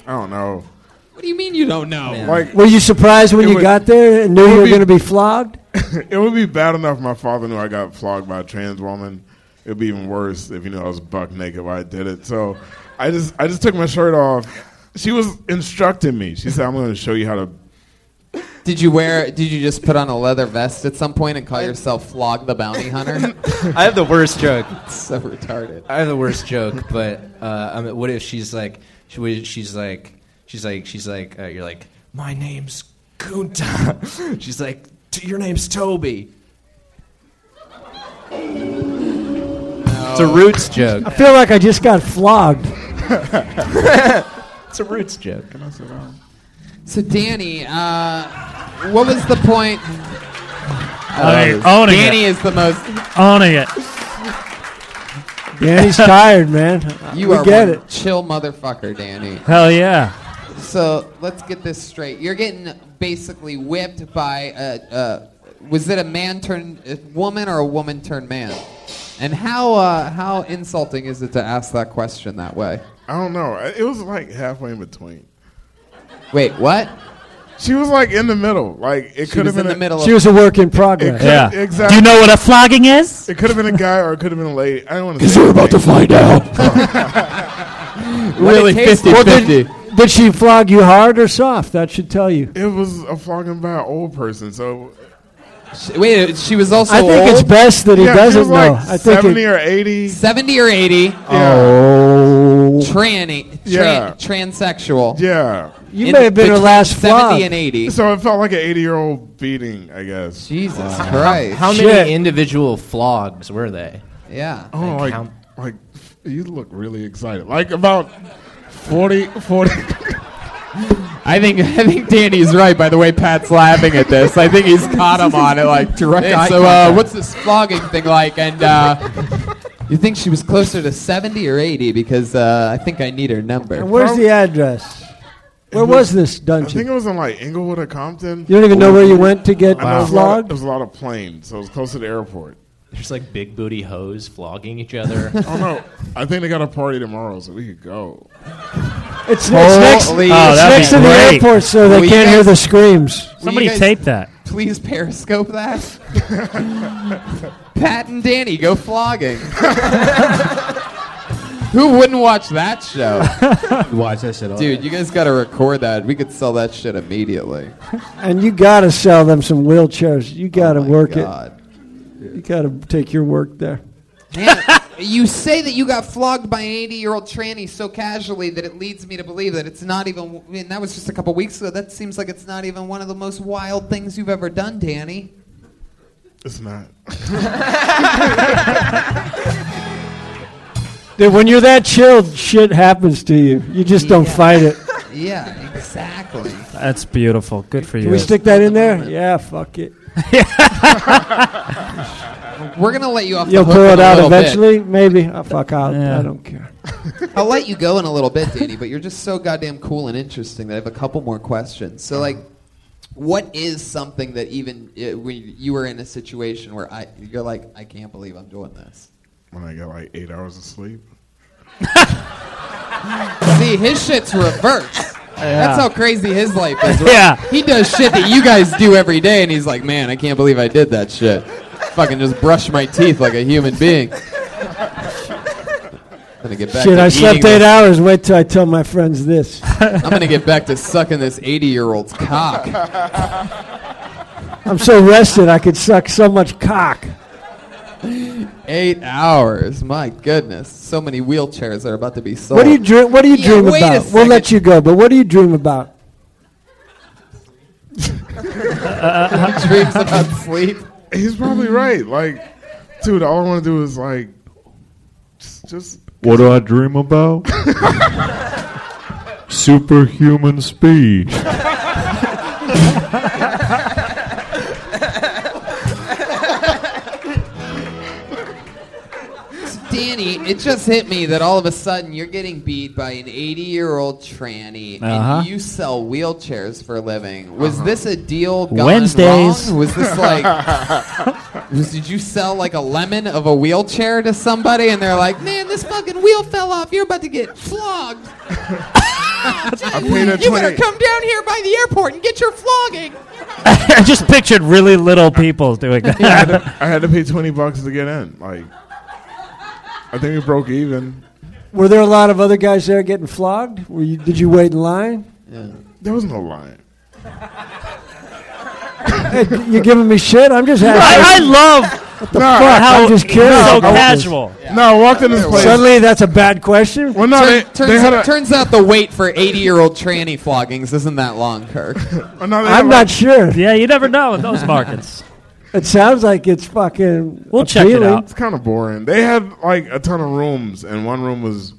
I don't know. What do you mean you don't know? Like Were you surprised when it you would- got there and knew it you would were be- going to be flogged? it would be bad enough my father knew I got flogged by a trans woman. It'd be even worse if you knew I was buck naked while I did it. So I just I just took my shirt off. She was instructing me. She said, "I'm going to show you how to." Did you wear? Did you just put on a leather vest at some point and call yourself Flog the Bounty Hunter? I have the worst joke. so retarded. I have the worst joke, but uh, I mean, what if she's like, she, wa- she's like, she's like, she's like, uh, you're like, my name's Kunta. she's like, "T- your name's Toby. It's a roots joke. I feel like I just got flogged. it's a roots joke. So Danny, uh, what was the point? I love this. owning it. Danny is the most. Owning it. Danny's tired, man. You we are get one it. chill motherfucker, Danny. Hell yeah. So let's get this straight. You're getting basically whipped by a. Uh, was it a man turned uh, woman or a woman turned man? And how uh, how insulting is it to ask that question that way? I don't know. Oh, It was like halfway in between. Wait, what? She was like in the middle. Like it She could have was in been the middle She was a work in It progress. could- Exactly. Do you know what a flogging is? It could have been a guy or it could have been a lady. I don't want to. Because you're about to find out. Really, 50 did, did she flog you hard or soft? That should tell you. It was a flogging by an old person. So Wait, she was also. I think old? it's best that he Yeah, she doesn't was like know. I think it- 70 or 80. 70 or 80. Oh. Tranny. Yeah. Tran, Transsexual. Yeah. You may have been her last 70 flog. and 80. So it felt like an 80 year old beating, I guess. Jesus How, how many individual flogs were they? Yeah. Oh, Like like, how- like, you look really excited. Like about 40, 40. I think I think Danny's right. By the way, Pat's laughing at this. I think he's caught him on it. Like, Direct "Hey, eye so uh, contact." what's this flogging thing like? And uh, you think she was closer to seventy or eighty? Because uh, I think I need her number. And where's the address? Where was this I think dungeon? it was in like Inglewood or Compton. You don't even know where you went to get I know it was a lot of- flogged? It was a lot of planes, so it was close to the airport. There's like big booty hoes flogging each other. oh no! I think they got a party tomorrow, so we could go. It's, it's next, Holy it's shit. next to the Great. airport, so they Will you can't hear guys- the screams. Will you guys Please periscope that. Pat and Danny go flogging. Who wouldn't watch that show? Watch that shit all Dude, you guys gotta record that. We could sell that shit immediately. And you gotta sell them some wheelchairs. You gotta work it. You gotta take your work there. you say that you got flogged by an 80 year old tranny so casually that it leads me to believe that it's not even. I mean, that was just a couple weeks ago. That seems like it's not even one of the most wild things you've ever done, Danny. It's not. Dude, when you're that chilled, shit happens to you. You just don't fight it. Yeah, exactly. That's beautiful. Good for you. Can we stick that in there? Yeah, fuck it. We're gonna let you off. You'll the pull hook in it a out little bit. eventually, maybe. Oh, fuck out. I don't care. I'll let you go in a little bit, Danny, but you're just so goddamn cool and interesting that I have a couple more questions. So, like, what is something that even uh, when you were in a situation where I you're like, I can't believe I'm doing this? When I get like eight hours of sleep. See, his shit's reversed. That's how crazy his life is. Right? Yeah. he does shit that you guys do every day, and he's like, man, I can't believe I did that shit. Fucking just brush my teeth like a human being. I'm gonna get back. Shit, to I eating slept this- eight hours. Wait till I tell my friends this. I'm gonna get back to sucking this 80 year old's cock. I'm so rested, I could suck so much cock. Eight hours. My goodness. So many wheelchairs are about to be sold. What do you dream? What do you Yeah, dream wait a about? We'll let you go, but what do you dream about? he dreams about sleep. He's probably right. Like, dude, all I want to do is like, just, just What do I dream about? Superhuman speed. Danny, it just hit me that all of a sudden you're getting beat by an 80 year old tranny Uh-huh. and you sell wheelchairs for a living. Was Uh-huh. this a deal gone Wednesdays. wrong? Was this like. was, did you sell like a lemon of a wheelchair to somebody and they're like, man, this fucking wheel fell off. You're about to get flogged. paid her you better 20 come down here by the airport and get your flogging. I just pictured really little people doing that. I, had to, I had to pay twenty bucks to get in. Like, I think we broke even. Were there a lot of other guys there getting flogged? Were you, did you wait in line? There was no line. Hey, you're giving me shit. I'm just happy. I, I love What the Nah, fuck? how- I'm just curious. so about this. casual. No, I walked in this place. Suddenly, that's a bad question. Well, no, Turn- they- turns, they had out, a- turns out the wait for 80 year old tranny floggings isn't that long, Kirk. they I'm had, not sure. Yeah, you never know in those markets. It sounds like it's fucking. appealing. It's kind of boring. They had like a ton of rooms, and one room was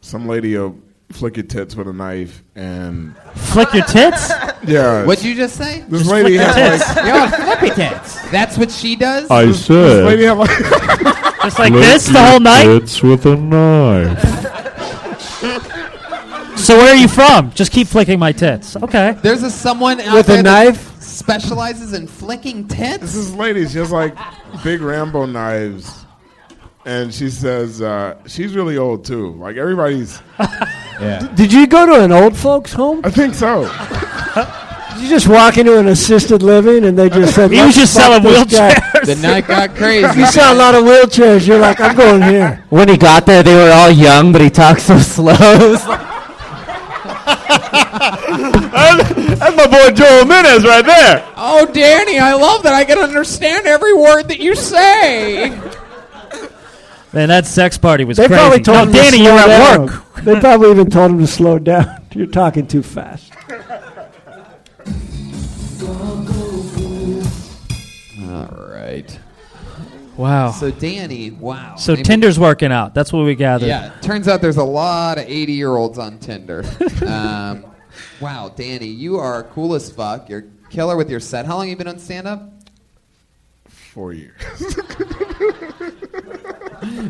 some lady will flick your tits with a knife and flick your tits. Yeah. What'd you just say? This lady flick your has tits. like. You're on flippy tits. That's what she does. I This- said- This lady had like. Just Lick your tits with a knife. So where are you from? Just keep flicking my tits. Okay. There's a someone out With a there that knife? specializes in flicking tits. This is ladies. She has like big Rambo knives, and she says uh, she's really old too. Like everybody's. yeah. Did you go to an old folks' home? I think so. Did you just walk into an assisted living and they just said He was "Let's just fuck selling this guy." wheelchairs. The night got crazy. You saw a lot of wheelchairs. You're like, I'm going here. When he got there, they were all young, but he talked so slow. That's my boy Joel Menez right there. Oh, Danny, I love that. I can understand every word that you say. Man, that sex party was They crazy. probably told no, him Danny, to you're slow at down. work. They probably even told him to slow down. You're talking too fast. All right. Wow. So, Danny, wow. So Maybe- Tinder's working out. That's what we gathered. Yeah, turns out there's a lot of 80 year olds on Tinder. um, wow, Danny, you are cool as fuck. You're killer with your set. How long have you been on stand up? Four years.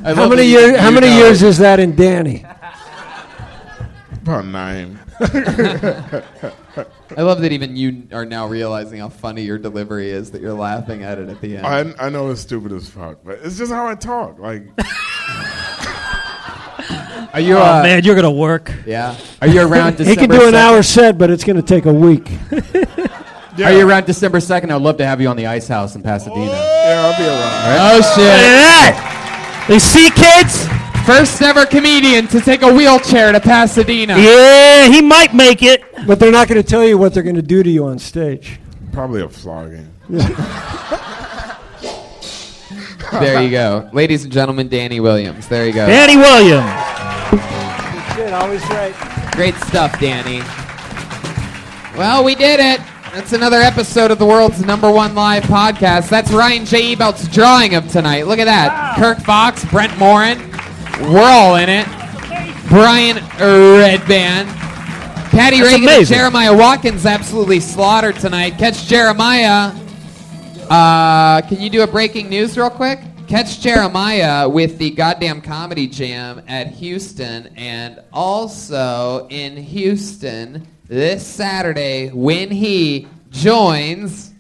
How many years? How many years is that in Danny? About nine. I love that even you are now realizing how funny your delivery is that you're laughing at it at the end. I, I know it's stupid as fuck, but it's just how I talk. Like, I Are you? Oh, uh, man, you're gonna work. Yeah. Are you around? he can December do an 2nd? hour set, but it's going to take a week. Are you around December second? I'd love to have you on the Ice House in Pasadena. Yeah, I'll be around. Oh shit! Look at You see, kids? First ever comedian to take a wheelchair to Pasadena. Yeah, he might make it. But they're not going to tell you what they're going to do to you on stage. Probably a flogging. There you go, ladies and gentlemen. Danny Williams. There you go. Danny Williams. Shit, always right. Great stuff, Danny. Well, we did it. That's another episode of the world's number one live podcast. That's Ryan J. Ebelt's drawing of tonight. Look at that. Kirk Fox, Brent Morin. We're all in it. Brian Redband. Patty That's Reagan amazing. and Jeremiah Watkins absolutely slaughtered tonight. Catch Jeremiah. Uh, can you do a breaking news real quick? Catch Jeremiah with the goddamn comedy jam at Houston and also in Houston this Saturday when he joins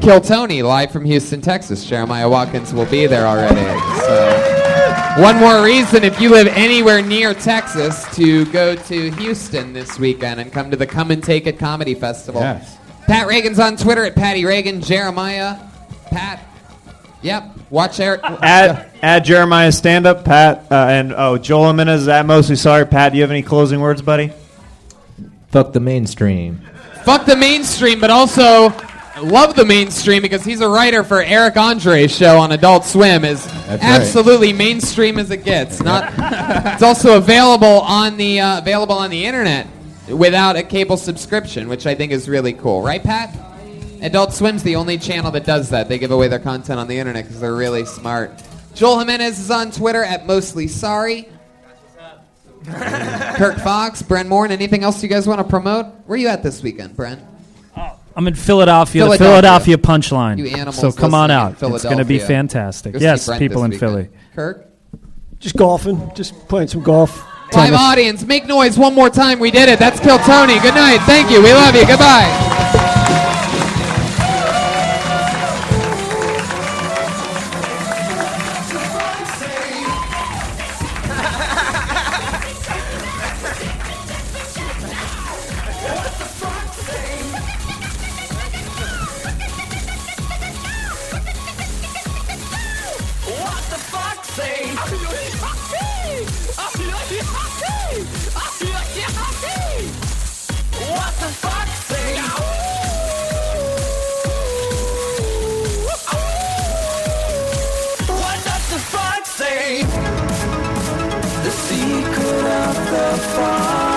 Kill Tony live from Houston, Texas. Jeremiah Watkins will be there already. So one more reason if you live anywhere near Texas to go to Houston this weekend and come to the Come and Take It Comedy Festival. Yes. Pat Reagan's on Twitter at Patty Reagan, Jeremiah, Pat. Yep. Watch Eric. At, at Jeremiah stand up, Pat, uh, and oh, Joel Jimenez is at mostly sorry. Pat, do you have any closing words, buddy? Fuck the mainstream. fuck the mainstream, but also love the mainstream because he's a writer for Eric Andre's show on Adult Swim. Is That's right. absolutely mainstream as it gets. Not. it's also available on the uh, available on the internet without a cable subscription, which I think is really cool, right, Pat? Adult Swim's the only channel that does that. They give away their content on the internet because they're really smart. Joel Jimenez is on Twitter at mostly sorry. Kirk Fox, Brent Moore, and anything else you guys want to promote? Where you at this weekend, Brent? I'm in Philadelphia, the Philadelphia. Philadelphia Punchline. You animals so come on listening out. in It's going to be Philadelphia. fantastic. Go see yes, Brent people this in weekend. Philly. Kirk? Just golfing. Just playing some golf. Live audience, make noise one more time. We did it. That's Kill Tony. Good night. Thank you. We love you. Goodbye. What the fuck say? What does the fuck say? The secret of the fox.